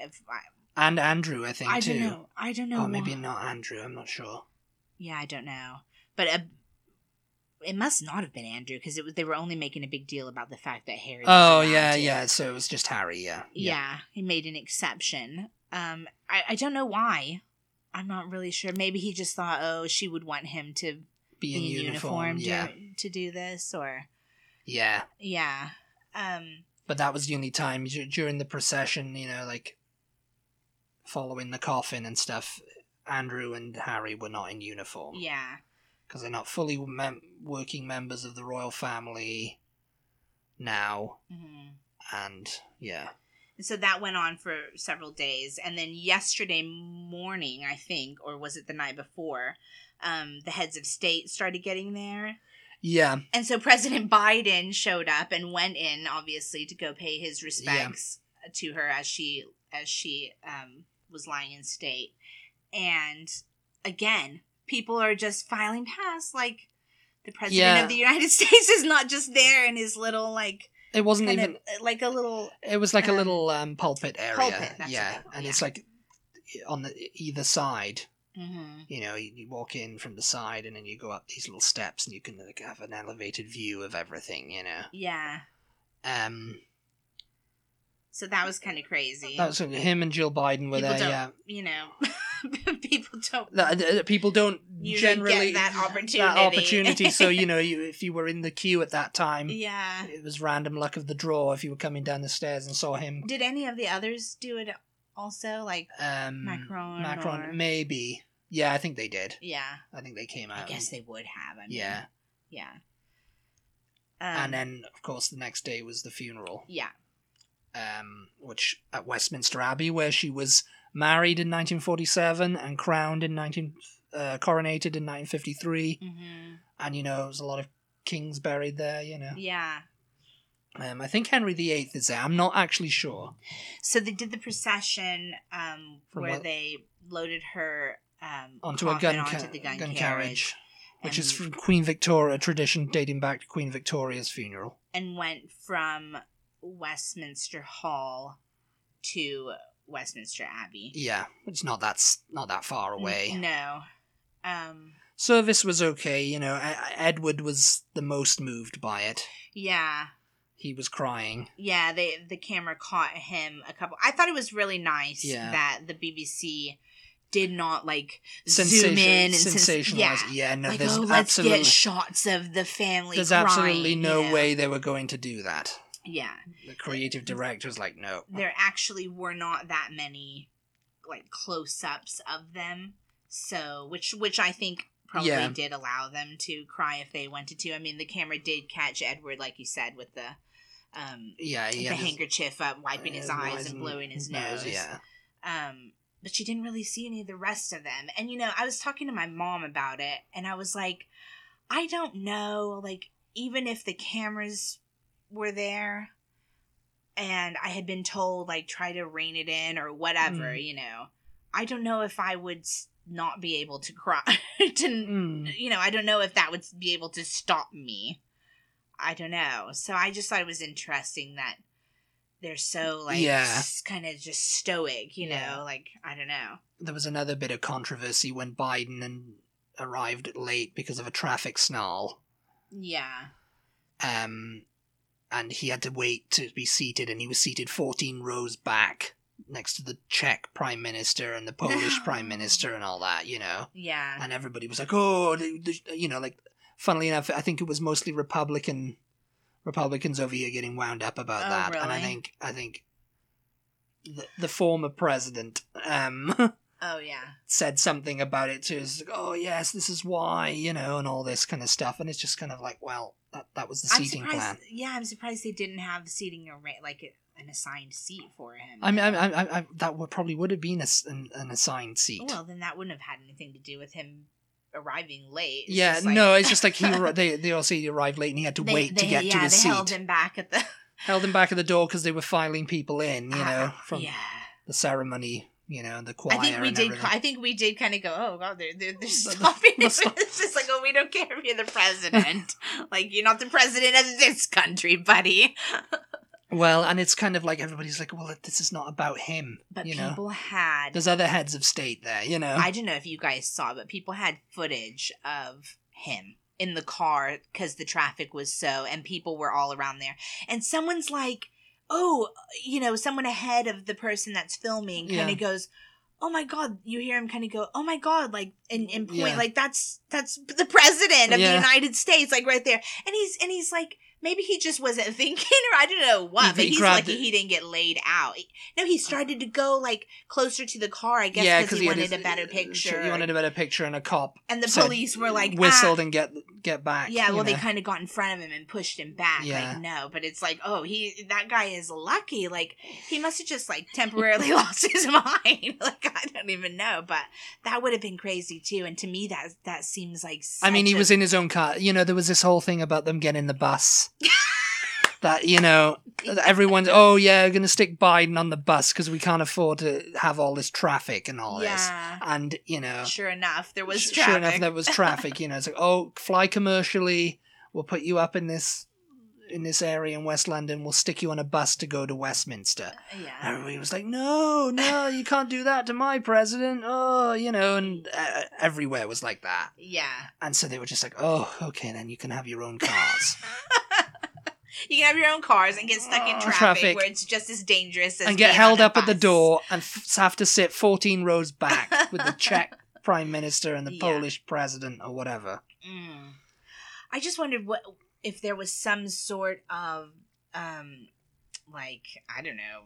B: if I,
A: And Andrew, I think
B: I
A: too.
B: don't know i don't know
A: Oh, maybe
B: why.
A: not Andrew. I'm not sure.
B: Yeah, I don't know, but uh, it must not have been Andrew because it was they were only making a big deal about the fact that Harry. was
A: Oh
B: allowed
A: yeah,
B: to.
A: yeah. So it was just Harry. Yeah.
B: yeah. he made an exception. Um, I I don't know why. I'm not really sure. Maybe he just thought, oh, she would want him to
A: Be
B: be in uniform,
A: Yeah.
B: to, to do this, or
A: Yeah.
B: yeah. Um,
A: but that was the only time dur- during the procession you know like following the coffin and stuff andrew and harry were not in uniform
B: yeah,
A: because they're not fully mem- working members of the royal family now
B: hmm
A: and yeah
B: So that went on for several days. And then yesterday morning, I think, or was it the night before, um, the heads of state started getting there.
A: yeah
B: And so President Biden showed up and went in, obviously, to go pay his respects to her as she as she um, was lying in state, and again, people are just filing past like the president
A: Yeah.
B: of the United States is not just there in his little like
A: It wasn't
B: kind
A: even.
B: of, like a little
A: it was like a
B: um,
A: little um, pulpit area.
B: pulpit, that's
A: yeah,
B: what it-
A: and
B: yeah.
A: it's like on the e-, either side.
B: mm-hmm.
A: You know, you, you walk in from the side, and then you go up these little steps, and you can like have an elevated view of everything. You know,
B: yeah.
A: um,
B: So that was kind of crazy.
A: that was him and Jill Biden were
B: people
A: there.
B: don't,
A: Yeah,
B: you know, people don't.
A: that, that- that people don't
B: You don't get
A: generally
B: that
A: that
B: opportunity.
A: opportunity. so you know, you, if you were in the queue at that time,
B: Yeah.
A: it was random luck of the draw. If you were coming down the stairs and saw him,
B: Did any of the others do it also, like
A: um,
B: Macron?
A: Macron,
B: or-
A: maybe. Yeah, I think they did.
B: yeah.
A: I think they came out.
B: I
A: and-
B: guess they would have. I mean,
A: Um, yeah.
B: Yeah. Um,
A: and then of course the next day was the funeral
B: Yeah.
A: um which at westminster abbey where she was married in 1947 and crowned in 19 uh, coronated in 1953
B: hmm
A: and you know it was a lot of kings buried there you know
B: Yeah.
A: um i think henry viii is there i'm not actually sure
B: So they did the procession um,
A: From
B: where
A: what-
B: they loaded her um,
A: onto a
B: coffin
A: gun,
B: onto
A: ca-
B: the
A: gun,
B: gun,
A: carriage,
B: carriage,
A: which is
B: and-
A: from queen victoria a tradition dating back to queen victoria's funeral
B: and went from Westminster Hall to Westminster Abbey.
A: yeah it's not that's not that far away
B: N- No. Um,
A: service was okay you know I, I- edward was the most moved by it
B: yeah.
A: he was crying
B: Yeah, they the camera caught him a couple. I thought it was really nice
A: Yeah.
B: that the BBC did not like zoom
A: Sensation-
B: in and sens-
A: sensationalized
B: yeah.
A: yeah. no
B: Like,
A: there's
B: oh, let's
A: absolutely
B: get shots of the family.
A: there's
B: crying,
A: absolutely no
B: you know?
A: way they were going to do that
B: Yeah,
A: the creative director was like no
B: there actually were not that many like close-ups of them. So, which which I think probably
A: Yeah.
B: did allow them to cry if they wanted to. I mean, the camera did catch Edward, like you said, with the um
A: yeah he
B: the
A: had his-
B: handkerchief up, wiping his
A: uh,
B: eyes and blowing his nose.
A: yeah
B: um but she didn't really see any of the rest of them and you know i was talking to my mom about it and i was like i don't know like even if the cameras were there and i had been told like try to rein it in or whatever
A: Mm.
B: you know i don't know if i would s- not be able to cry to
A: Mm.
B: you know i don't know if that would be able to stop me i don't know so i just thought it was interesting that they're so like
A: Yeah.
B: kind of just stoic you know
A: Yeah.
B: like i don't know
A: there was another bit of controversy when biden and arrived late because of a traffic snarl
B: yeah
A: um, and he had to wait to be seated, and he was seated 14 rows back next to the Czech prime minister and the Polish
B: No.
A: prime minister and all that, you know.
B: yeah
A: And everybody was like, "Oh, the, the, you know, like." Funnily enough, I think it was mostly Republican Republicans over here getting wound up about
B: Oh,
A: that, and I
B: really?
A: think I think the, the former president um,
B: oh yeah
A: said something about it too. It's like, oh yes, this is why, you know, and all this kind of stuff. And it's just kind of like, well, that, that was the
B: i'm
A: seating
B: surprised
A: plan.
B: yeah i'm surprised they didn't have seating arra- like an assigned seat for him
A: I mean, I, I, I, I, that would probably would have been a s an, an assigned seat.
B: Oh, well then that wouldn't have had anything to do with him arriving late It's
A: yeah,
B: just like-
A: no, it's just like he arri- they they also arrived late and he had to
B: They-
A: wait to
B: they-
A: get
B: yeah,
A: to
B: they
A: his seat.
B: held him back at the
A: back at the door because they were filing people in, you know,
B: Ah,
A: from
B: yeah
A: the ceremony, you know, and the choir.
B: I think we
A: and
B: did.
A: everything.
B: I think we did kind of go. Oh god, they're they're,
A: The-
B: they're
A: the-
B: stopping.
A: the
B: us."
A: stop-
B: it's just like, oh, we don't care if you're the president. like you're not the president of this country, buddy.
A: well, and it's kind of like everybody's like, well, this is not about him,
B: But
A: you know.
B: people had.
A: There's other heads of state there, you know.
B: I don't know if you guys saw, but people had footage of him in the car because the traffic was so, and people were all around there. And someone's like, oh, you know, someone ahead of the person that's filming kind
A: Yeah.
B: of goes, oh my god, you hear him kind of go, oh my god, like, and, and point,
A: Yeah.
B: like that's that's the president of
A: Yeah.
B: the United States, like right there, and he's and he's like. Maybe he just wasn't thinking, or I don't know what.
A: He-
B: But
A: he
B: he's
A: grabbed
B: lucky
A: it.
B: he didn't get laid out. No, he started to go like closer to the car, I guess,
A: yeah,
B: because he,
A: had
B: wanted
A: his-
B: a better
A: uh,
B: picture.
A: He wanted a better picture, and a cop
B: and the
A: said,
B: police were like,
A: whistled
B: "Ah."
A: and get get back.
B: Yeah,
A: you
B: well, they
A: know.
B: kind of got in front of him and pushed him back.
A: Yeah.
B: Like, no, but it's like, oh, he that guy is lucky. Like, he must have just like temporarily lost his mind. like, I don't even know, but that would have been crazy too. And to me, that that seems like
A: I mean,
B: such
A: he
B: a-
A: was in his own car. You know, there was this whole thing about them getting the bus. that you know everyone's oh yeah we're gonna stick biden on the bus because we can't afford to have all this traffic and all this
B: yeah. uh,
A: and you know
B: Sure enough, there was
A: sh-
B: traffic.
A: sure enough there was traffic you know it's like oh fly commercially we'll put you up in this in this area in west london we'll stick you on a bus to go to westminster and
B: yeah.
A: everybody was like no no you can't do that to my president oh you know and uh, everywhere was like that
B: Yeah.
A: and so they were just like oh okay then you can have your own cars
B: You can have your own cars and get stuck in
A: Oh,
B: traffic,
A: traffic.
B: where it's just as dangerous as
A: and get
B: being
A: held
B: on a
A: up at the
B: bus.
A: door and f- have to sit 14 rows back with the Czech prime minister and the
B: Yeah.
A: Polish president or whatever.
B: Mm. I just wondered what if there was some sort of um like I don't know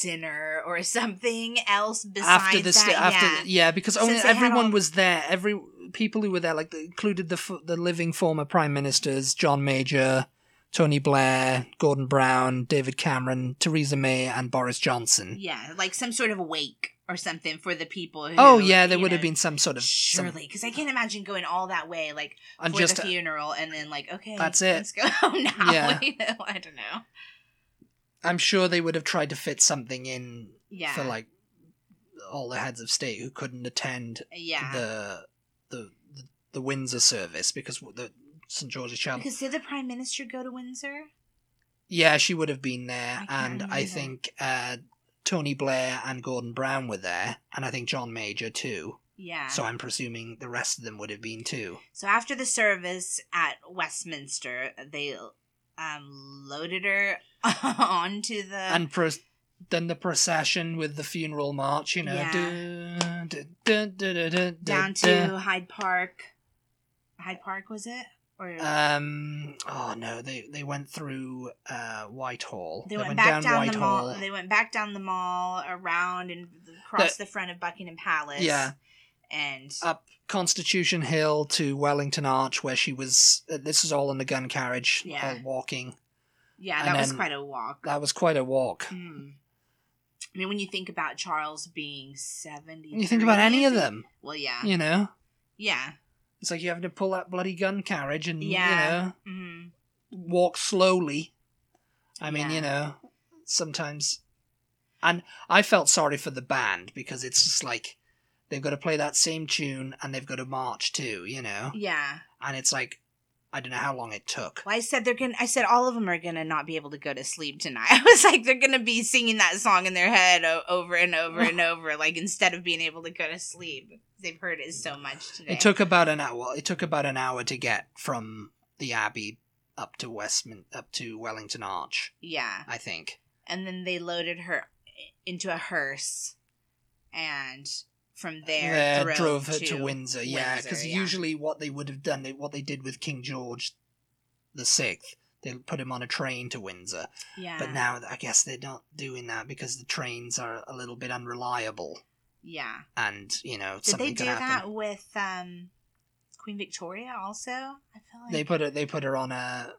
B: dinner or something else besides
A: after the sta-
B: that.
A: after
B: yeah.
A: the- yeah, because only
B: Since they had
A: everyone
B: all-
A: was there. Every people who were there like they included the f- the living former prime ministers, John Major, Tony Blair, Gordon Brown, David Cameron, Theresa May and Boris Johnson.
B: yeah, like some sort of wake or something for the people. Who,
A: oh yeah, there
B: you
A: would have
B: know,
A: been some sort of some-
B: surely because I can't imagine going all that way like
A: and
B: for
A: just uh,
B: the funeral and then like okay
A: That's it.
B: let's go home now.
A: Yeah.
B: you know, I don't know.
A: I'm sure they would have tried to fit something in
B: Yeah,
A: for like all the heads of state who couldn't attend
B: yeah.
A: the the the- the Windsor service because w- the St George's Chapel.
B: Because did the prime minister go to Windsor?
A: yeah, she would have been there,
B: I can't
A: and I
B: remember.
A: think uh, Tony Blair and Gordon Brown were there, and I think John Major too.
B: Yeah.
A: So I'm presuming the rest of them would have been too.
B: So after the service at Westminster, they um, loaded her onto the
A: and pro- then the procession with the funeral march, you know,
B: Yeah.
A: duh, duh, duh, duh, duh, duh,
B: down
A: duh.
B: to Hyde Park. Hyde Park was it? Or
A: Um. Oh no, they they went through uh, Whitehall.
B: they, went, back down, the mall. They went back down the mall, around and across the front of Buckingham Palace.
A: Yeah. Uh,
B: and
A: up Constitution Hill to Wellington Arch, where she was. Uh, this is all in the gun carriage,
B: Yeah.
A: all walking.
B: yeah,
A: and
B: that was
A: then-
B: quite a walk.
A: That was quite a walk.
B: Mm. I mean, when you think about Charles being seventy,
A: You think about any of them,
B: Well, yeah, yeah.
A: you know? It's like you having to pull that bloody gun carriage and,
B: Yeah. Mhm.
A: you know, walk slowly. I mean,
B: Yeah.
A: you know, sometimes. And I felt sorry for the band because it's just like they've got to play that same tune and they've got to march too, you know?
B: yeah.
A: And it's like, I don't know how long it took.
B: Well, I said they're gonna. I said all of them are gonna not be able to go to sleep tonight. I was like, they're gonna be singing that song in their head o- over and over and over, like instead of being able to go to sleep. They've heard it so much today.
A: It took about an hour. Well, it took about an hour to get from the Abbey up to Westmin up to Wellington Arch,
B: yeah,
A: I think.
B: and then they loaded her into a hearse, and from there,
A: There,
B: drove,
A: drove her
B: to,
A: to Windsor, yeah,
B: Windsor,
A: because
B: yeah.
A: usually what they would have done, they, what they did with King George the Sixth, they put him on a train to Windsor.
B: Yeah,
A: But now I guess they're not doing that because the trains are a little bit unreliable,
B: yeah.
A: and you know
B: Did
A: something
B: they do
A: could happen.
B: that with um, Queen Victoria? Also, I feel like
A: They put her. They put her on a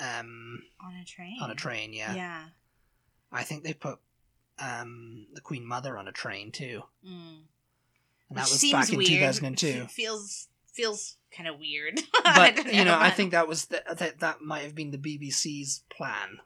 A: um
B: on a train.
A: on a train. Yeah,
B: Yeah.
A: I think they put um the Queen Mother on a train too.
B: Mm.
A: And
B: Which
A: that was
B: seems
A: back in
B: weird.
A: 2002.
B: F- feels feels kind of weird. I
A: But,
B: don't
A: you know, I
B: but-
A: think that was the, that that might have been the BBC's plan.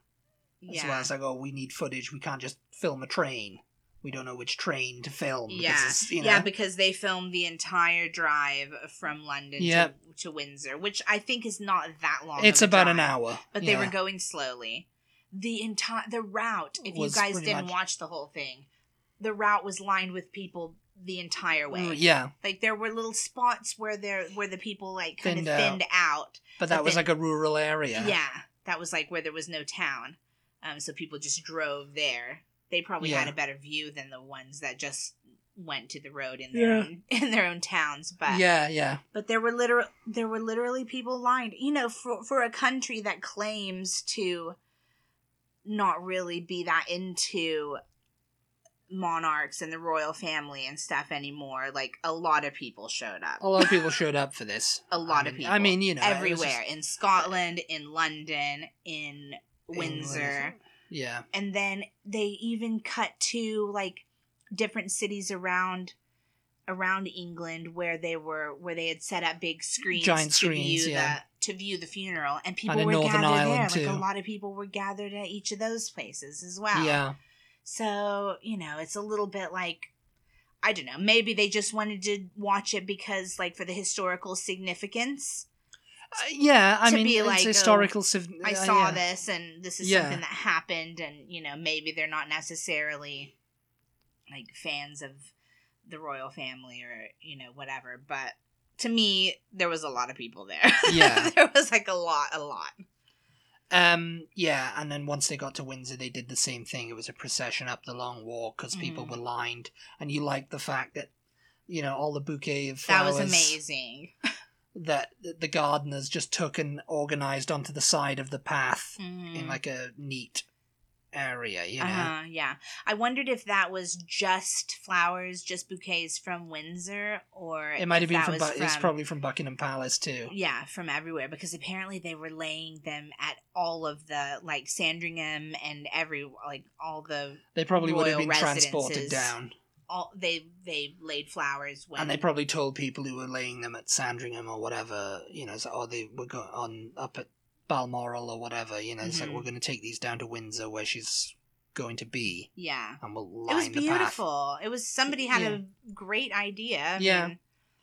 A: As
B: yeah,
A: well as like, oh, we need footage. We can't just film a train. We don't know which train to film. because
B: Yeah.
A: it's, you know,
B: yeah, because they filmed the entire drive from London
A: Yeah.
B: to, to Windsor, which I think is not that long.
A: it's
B: of a
A: about an
B: drive,
A: hour.
B: but they were
A: yeah.
B: going slowly. The entire the route, if you
A: Was
B: guys
A: pretty
B: didn't
A: much-
B: watch the whole thing, the route was lined with people the entire way.
A: Mm, Yeah,
B: Like there were little spots where there where the people like kind of
A: Thinned out.
B: thinned out.
A: but that
B: But
A: was
B: then-
A: like a rural area.
B: Yeah. that was like where there was no town, um, so people just drove there. They probably had
A: Yeah.
B: a better view than the ones that just went to the road in their
A: Yeah.
B: own, in their own towns. But
A: yeah, yeah.
B: but there were literal there were literally people lined. You know, for for a country that claims to not really be that into monarchs and the royal family and stuff anymore, like a lot of people showed up.
A: A lot of people showed up for this.
B: A lot
A: I
B: of
A: mean-
B: people.
A: I mean, you know, it was just-
B: everywhere in Scotland, in London, in Windsor,
A: yeah,
B: and then they even cut to like different cities around around England where they were where they had set up big screens
A: Giant
B: to
A: screens,
B: view
A: yeah.
B: the to view the funeral and people
A: in
B: were
A: Northern
B: gathered
A: Ireland,
B: there. Like
A: too.
B: a lot of people were gathered at each of those places as well.
A: Yeah.
B: So, you know, it's a little bit like I don't know, maybe they just wanted to watch it because like for the historical significance.
A: Uh, yeah, I
B: To
A: mean,
B: be
A: it's
B: like, oh,
A: historical. civ-
B: I
A: uh,
B: saw
A: yeah.
B: this and this is
A: Yeah.
B: something that happened and you know, maybe they're not necessarily like fans of the royal family or, you know, whatever, but to me there was a lot of people there.
A: Yeah.
B: there was like a lot, a lot.
A: Um, yeah, and then once they got to Windsor, they did the same thing. It was a procession up the long wall because people
B: Mhm.
A: were lined, and you liked the fact that you know all the bouquet of
B: That
A: flowers
B: was amazing.
A: that that the gardeners just took and organized onto the side of the path in
B: Mhm.
A: like a neat area. You know,
B: Uh-huh, yeah. I wondered if that was just flowers, just bouquets from Windsor, or
A: it might have
B: if
A: been
B: that
A: from,
B: was
A: Bu- it's probably from Buckingham Palace too.
B: yeah from everywhere because apparently they were laying them at all of the like Sandringham and every like all the
A: They probably would have
B: Royal
A: been transported
B: residences.
A: down,
B: all they they laid flowers when
A: and they probably told people who were laying them at Sandringham or whatever, you know, so, or they were going on up at Balmoral or whatever, you know, it's
B: Mhm.
A: like we're going to take these down to Windsor where she's going to be,
B: yeah
A: and we'll
B: it
A: line
B: was
A: the path.
B: beautiful. It was somebody had a great idea. I
A: Yeah.
B: mean,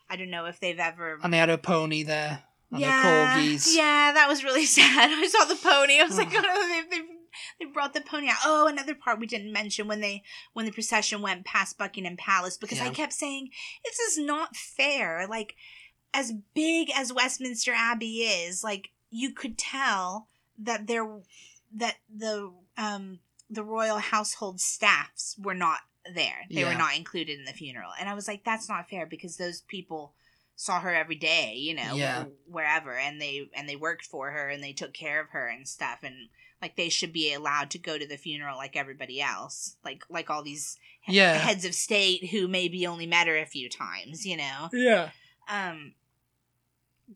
B: I don't know if they've ever
A: And they had a pony there, and
B: yeah,
A: the corgis.
B: yeah, that was really sad. I saw the pony. I was like,
A: Oh.
B: oh, they, they, they brought the pony out. Oh, another part we didn't mention when they when the procession went past Buckingham Palace because I
A: Yeah.
B: kept saying this is not fair. Like, as big as Westminster Abbey is, like you could tell that there that the um the royal household staffs were not there. They were
A: Yeah.
B: not included in the funeral. And I was like, that's not fair because those people saw her every day you know
A: Yeah.
B: wh- wherever and they and they worked for her and they took care of her and stuff and like they should be allowed to go to the funeral like everybody else like like all these he-
A: Yeah.
B: heads of state who maybe only met her a few times you know
A: Yeah.
B: um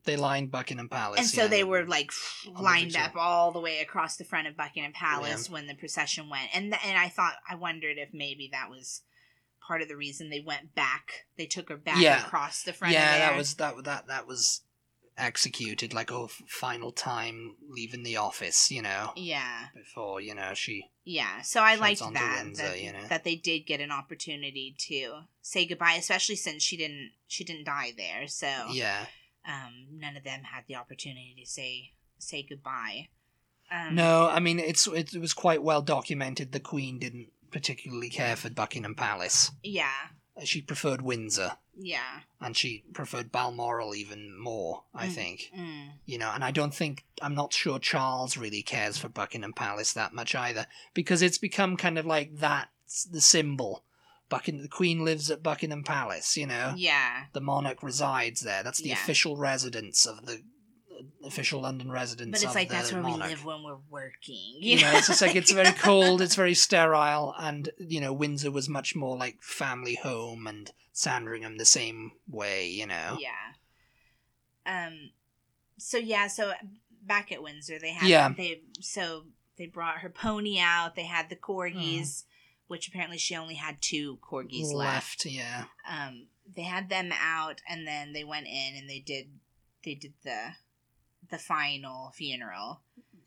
A: They lined Buckingham Palace.
B: and so
A: yeah,
B: they
A: and-
B: were like
A: the
B: lined
A: picture.
B: up all the way across the front of buckingham palace when the procession went and th- and i thought i wondered if maybe that was part of the reason they went back they took her back
A: Yeah.
B: across the front
A: yeah
B: of there.
A: that was that that that was executed like oh f- final time leaving the office you know
B: yeah
A: before you know she
B: Yeah, so I
A: Sheds
B: liked
A: onto
B: that
A: Windsor,
B: that,
A: you know?
B: that they did get an opportunity to say goodbye, especially since she didn't she didn't die there, so
A: yeah
B: um, none of them had the opportunity to say say goodbye. Um,
A: no i mean it's it, was quite well documented the queen didn't particularly care for buckingham palace
B: yeah,
A: she preferred windsor
B: yeah,
A: and she preferred balmoral even more i
B: Mm.
A: think
B: mm,
A: you know and i don't think i'm not sure charles really cares for buckingham palace that much either because it's become kind of like that's the symbol Buckingham, the queen lives at buckingham palace you know
B: yeah,
A: the monarch resides there. That's the
B: Yeah.
A: official residence of the official London residence.
B: but it's
A: of
B: like
A: the
B: that's where
A: monarch.
B: we live when we're working.
A: You know, it's just like it's very cold. It's very sterile, and you know, Windsor was much more like family home, and Sandringham the same way. You know,
B: Yeah. Um. So yeah. So uh, back at Windsor, they had
A: Yeah.
B: They so they brought her pony out. They had the
A: Mm.
B: corgis, which apparently she only had two corgis left.
A: Yeah,
B: Um. They had them out, and then they went in and they did they did the the final funeral,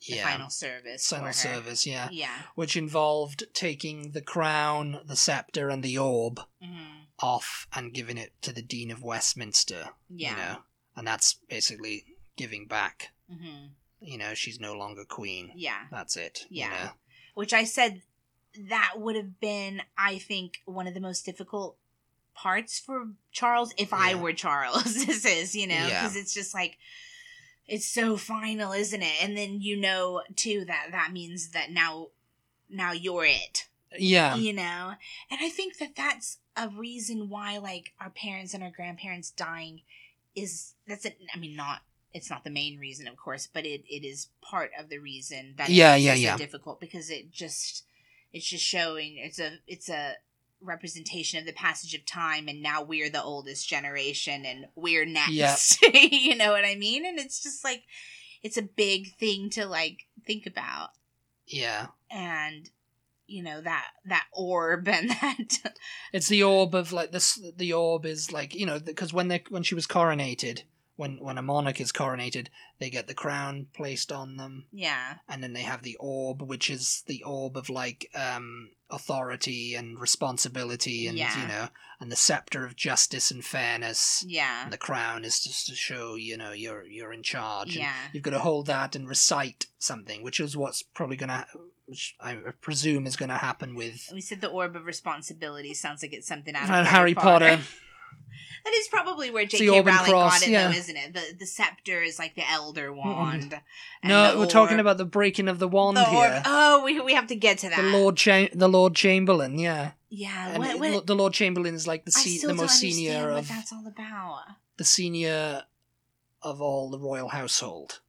B: the
A: yeah.
B: final service,
A: Final
B: for her.
A: service, yeah,
B: Yeah.
A: which involved taking the crown, the scepter, and the orb
B: Mhm.
A: off and giving it to the Dean of Westminster.
B: Yeah.
A: You know, and that's basically giving back
B: hmm
A: you know she's no longer queen
B: Yeah.
A: that's it you
B: Yeah.
A: know.
B: which I said that would have been, I think, one of the most difficult parts for Charles if I
A: Yeah.
B: were Charles. This is, you know,
A: Yeah.
B: because it's just like it's so final, isn't it? And then you know too that that means that now now you're it
A: yeah
B: you know and i think that that's a reason why like our parents and our grandparents dying is that's it i mean not it's not the main reason of course but it, it is part of the reason that
A: Yeah,
B: it's
A: yeah,
B: so
A: yeah.
B: difficult because it just it's just showing it's a it's a representation of the passage of time and now we're the oldest generation and we're next you know what i mean and it's just like it's a big thing to like think about
A: yeah
B: and you know that that orb and that
A: It's the orb of like this. The orb is like you know because when they when she was coronated, when when a monarch is coronated, they get the crown placed on them,
B: yeah
A: and then they have the orb, which is the orb of like um authority and responsibility, and
B: Yeah.
A: you know, and the scepter of justice and fairness.
B: yeah
A: And the crown is just to show you know you're you're in charge. and
B: yeah
A: You've got to hold that and recite something, which is what's probably gonna, which I presume is gonna happen with
B: we said the orb of responsibility sounds like it's something out of
A: Harry, Potter.
B: That is probably where
A: the
B: J.K.
A: Orban
B: Rowling
A: cross,
B: got it,
A: yeah.
B: though, isn't it? The the scepter is like the elder wand. and
A: No,
B: the
A: we're talking
B: orb-
A: about the breaking of the wand
B: the orb-
A: here.
B: Oh, we, we have to get to that.
A: the Lord, Cha- the Lord Chamberlain, yeah.
B: Yeah,
A: And
B: what,
A: it-
B: what,
A: the Lord Chamberlain is like the
B: I
A: se-
B: still
A: the
B: don't
A: most
B: understand
A: senior
B: what
A: of
B: that's all about.
A: the senior of all the royal household.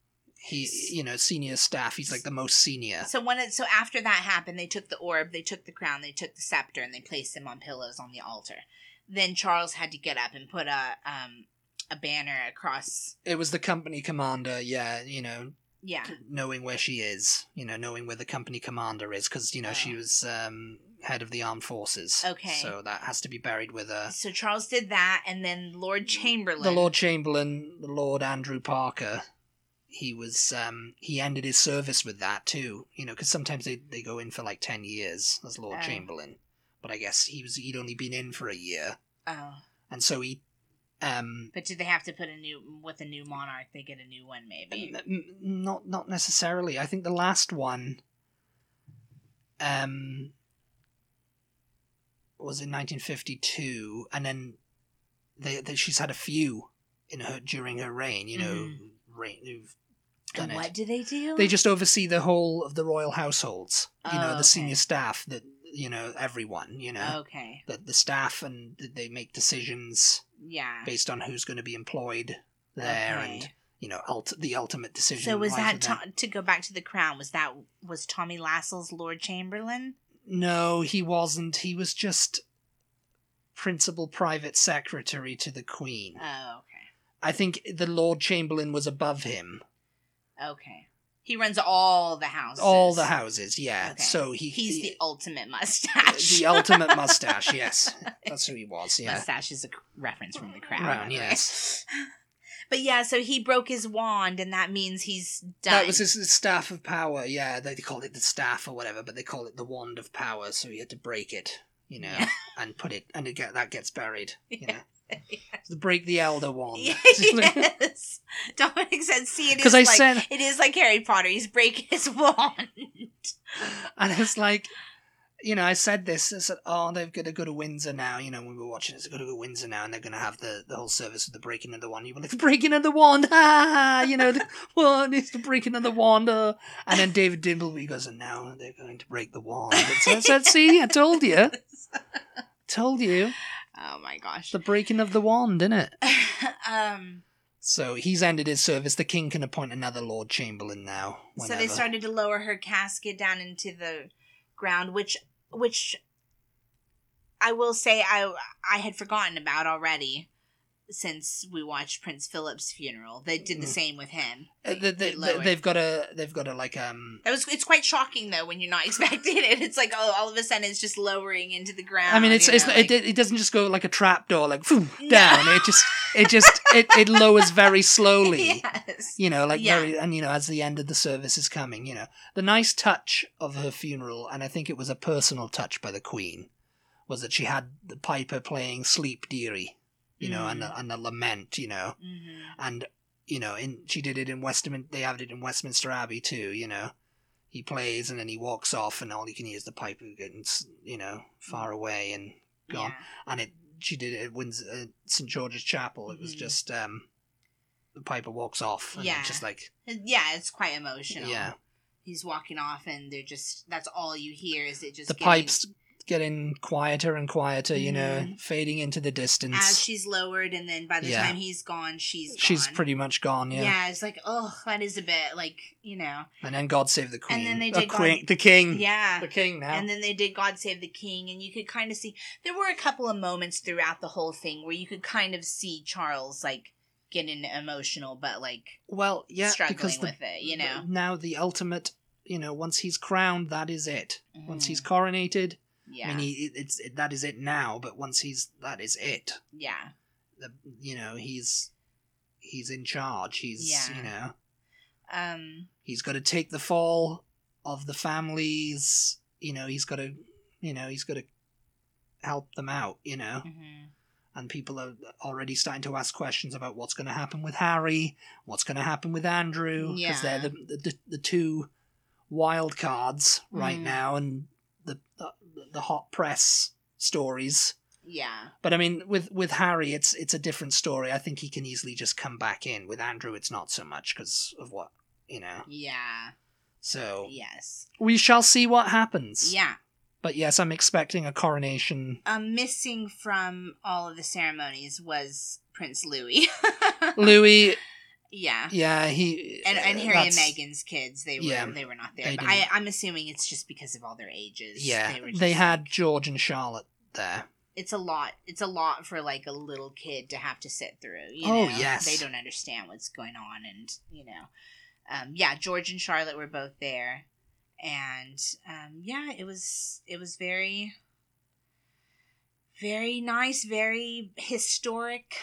A: He, you know, senior staff. He's like the most senior.
B: So when it, so after that happened, they took the orb, they took the crown, they took the scepter, and they placed them on pillows on the altar. Then Charles had to get up and put a um a banner across.
A: It was the company commander, yeah. You know,
B: Yeah,
A: knowing where she is. You know, knowing where the company commander is because you know
B: Oh.
A: she was um, head of the armed forces.
B: Okay.
A: so that has to be buried with her.
B: so Charles did that, and then Lord Chamberlain.
A: the Lord Chamberlain, the Lord Andrew Parker, he was um he ended his service with that too. You know, because sometimes they they go in for like ten years as Lord
B: Oh.
A: Chamberlain, but I guess he was he'd only been in for a year,
B: Oh,
A: and so he um
B: but did they have to put a new with a new monarch? They get a new one, maybe.
A: n- n- not not necessarily. I think the last one um was in 1952, and then they, they she's had a few in her during her reign. You know, reign. who've done
B: And
A: it.
B: Mm-hmm. what do they do?
A: They just oversee the whole of the royal households. You
B: Oh,
A: know, the
B: okay. Oh.
A: senior staff, that you know, everyone, you know,
B: okay.
A: the, the staff, and th- they make decisions
B: Yeah.
A: based on who's going to be employed there, and
B: Okay.
A: you know, ult- the ultimate decision.
B: So was
A: lies
B: that
A: with them.
B: to, to go back to the crown? Was that was Tommy Lassell's Lord Chamberlain?
A: No, he wasn't. He was just principal private secretary to the queen.
B: Oh, okay.
A: I think the Lord Chamberlain was above him.
B: Okay. He runs all the houses.
A: All the houses, yeah.
B: Okay.
A: So he
B: He's
A: he-
B: the ultimate mustache.
A: the ultimate mustache. Yes, that's who he was. Yeah.
B: mustache is a c- reference from the crown.
A: Crown,
B: right?
A: yes.
B: But yeah, so he broke his wand, and that means he's done.
A: That was his, his staff of power. Yeah, they, they call it the staff or whatever, but they call it the wand of power. So he had to break it, you know,
B: Yeah.
A: and put it, and it get that gets buried. You
B: Yeah.
A: know, The break the elder wand.
B: yes. Dominic said, "See, it is
A: Because I
B: like
A: said,
B: it is like Harry Potter. He's breaking his wand."
A: and it's like, you know, I said this. I said, oh, they've got to go to Windsor now. You know, when we were watching, it's got to go to Windsor now, and they're going to have the, the whole service of the breaking of the wand. You were like, the breaking of the wand, ah, you know, the wand is the breaking of the wand. ah." And then David Dimbleby goes, and now they're going to break the wand. It's, I said, see, I told you, told you,
B: Oh my gosh.
A: the breaking of the wand, innit?
B: um.
A: So he's ended his service. The king can appoint another Lord Chamberlain now.
B: So they
A: whenever.
B: started to lower her casket down into the ground, which which I will say I I had forgotten about already since we watched Prince Philip's funeral. They did the
A: Mm.
B: same with him.
A: Uh, they,
B: They
A: they,
B: lowered.
A: they've got a, they've got a like um.
B: that was it's quite shocking though when you're not expecting it. It's like oh, all of a sudden it's just lowering into the ground.
A: I mean, it's
B: you
A: it's
B: know,
A: it, it doesn't just go like a trap door, like phew,
B: No.
A: down. It just it just it, it lowers very
B: like-
A: slowly.
B: Yes.
A: You know, like
B: Yeah.
A: very, and you know, as the end of the service is coming, you know, the nice touch of her funeral, and I think it was a personal touch by the Queen, was that she had the piper playing "Sleep, Dearie," you know, and
B: Mm.
A: a, and a lament, you know,
B: Mhm.
A: and you know, in she did it in Westminster. They have it in Westminster Abbey too, you know. He plays and then he walks off, and all you can hear is the piper getting, s- you know, far away and gone
B: Mm. Yeah.
A: and it she did it at Windsor, uh, St George's Chapel. It was
B: Mhm.
A: just um, the piper walks off, and it's
B: Yeah.
A: just like
B: Yeah, it's quite emotional.
A: Yeah.
B: He's walking off, and they're just that's all you hear is it just
A: the
B: getting-
A: pipes getting quieter and quieter, you know,
B: Mhm.
A: fading into the
B: as
A: distance.
B: she's lowered, and then by the
A: Yeah.
B: time he's gone, she's
A: She's
B: gone.
A: pretty much gone, yeah.
B: Yeah. it's like oh, that is a bit like you know,
A: And then God save the queen,
B: And then they
A: The
B: did God-
A: queen- the king,
B: yeah.
A: the king Mm. now.
B: And then they did God Save the King, and you could kind of see there were a couple of moments throughout the whole thing where you could kind of see Charles like getting emotional, but like
A: well, yeah,
B: struggling
A: because the,
B: with it, you know.
A: now the ultimate you know, once he's crowned, that is it. Once he's coronated,
B: Mm. yeah,
A: I mean, he, it- it's it, that is it now. But once he's that is it.
B: yeah.
A: The, you know, he's he's in charge. He's
B: Yeah.
A: you know
B: Um,
A: he's got to take the fall of the families. You know, he's got to you know he's got to help them out. You know,
B: mhm.
A: and people are already starting to ask questions about what's going to happen with Harry, what's going to happen with Andrew,
B: Yeah.
A: because they're the, the the the two wild cards right
B: Mhm.
A: now, and the, the the hot press stories.
B: yeah,
A: But I mean, with with Harry, it's it's a different story. I think he can easily just come back in. With Andrew, it's not so much because of what you know.
B: yeah,
A: So
B: yes,
A: we shall see what happens.
B: yeah.
A: But yes, I'm expecting a coronation.
B: Um, missing from all of the ceremonies was Prince Louis.
A: Louis,
B: yeah.
A: yeah, he
B: And, and
A: uh,
B: Harry and
A: that's-
B: Meghan's kids, they were
A: Yeah.
B: they were not there.
A: They
B: But I,
A: didn't.
B: I'm assuming it's just because of all their ages.
A: Yeah, they,
B: were just
A: had
B: like-
A: George and Charlotte there.
B: it's a lot. It's a lot for like a little kid to have to sit through. You
A: Oh,
B: know?
A: yes.
B: they don't understand what's going on, and you know, um, yeah, George and Charlotte were both there, and um, yeah, it was it was very, very nice, very historic.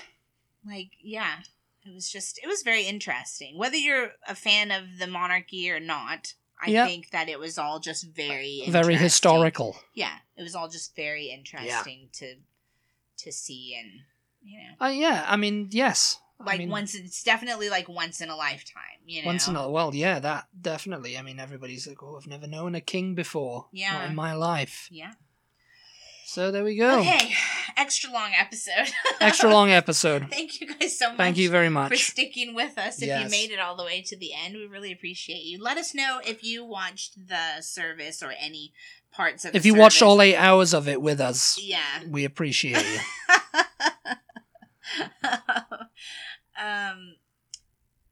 B: Like yeah, it was just it was very interesting. Whether you're a fan of the monarchy or not, I
A: Yeah.
B: think that it was all just very
A: Very
B: interesting
A: historical.
B: yeah it was all just very interesting to to see and you know
A: Uh, yeah, I mean, yes. I
B: like
A: mean,
B: once it's definitely like once in a lifetime you know
A: Once in a well, yeah, that definitely. I mean, everybody's like, "Oh, I've never known a king before.
B: Yeah.
A: not in my life."
B: yeah
A: So there we go.
B: okay extra long episode
A: Extra long episode.
B: thank you guys so much
A: Thank you very
B: for
A: much.
B: sticking with us if you
A: Yes.
B: made it all the way to the end we really appreciate you let us know if you watched the service or any parts of
A: If
B: the
A: you watched
B: service.
A: all eight hours of it with us,
B: yeah
A: we appreciate you.
B: um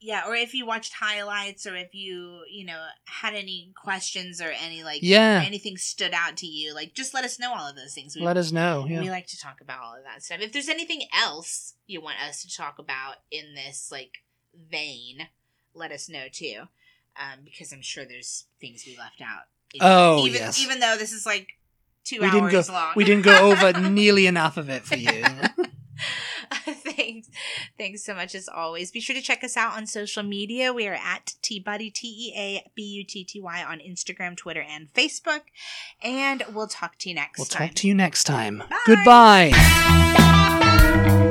B: yeah or if you watched highlights or if you you know had any questions or any like
A: Yeah,
B: anything stood out to you like just let us know all of those things we,
A: let us know.
B: we
A: Yeah,
B: like to talk about all of that stuff if there's anything else you want us to talk about in this like vein let us know too um because i'm sure there's things we left out
A: Oh,
B: even,
A: yes.
B: even though this is like two
A: We didn't
B: hours
A: go-
B: long
A: we didn't go over nearly enough of it for you.
B: thanks thanks so much as always be sure to check us out on social media we are at tbuddy t-e-a-b-u-t-t-y on instagram twitter and facebook and we'll talk to you next
A: We'll
B: time
A: talk to you next time.
B: Bye.
A: Goodbye.
B: you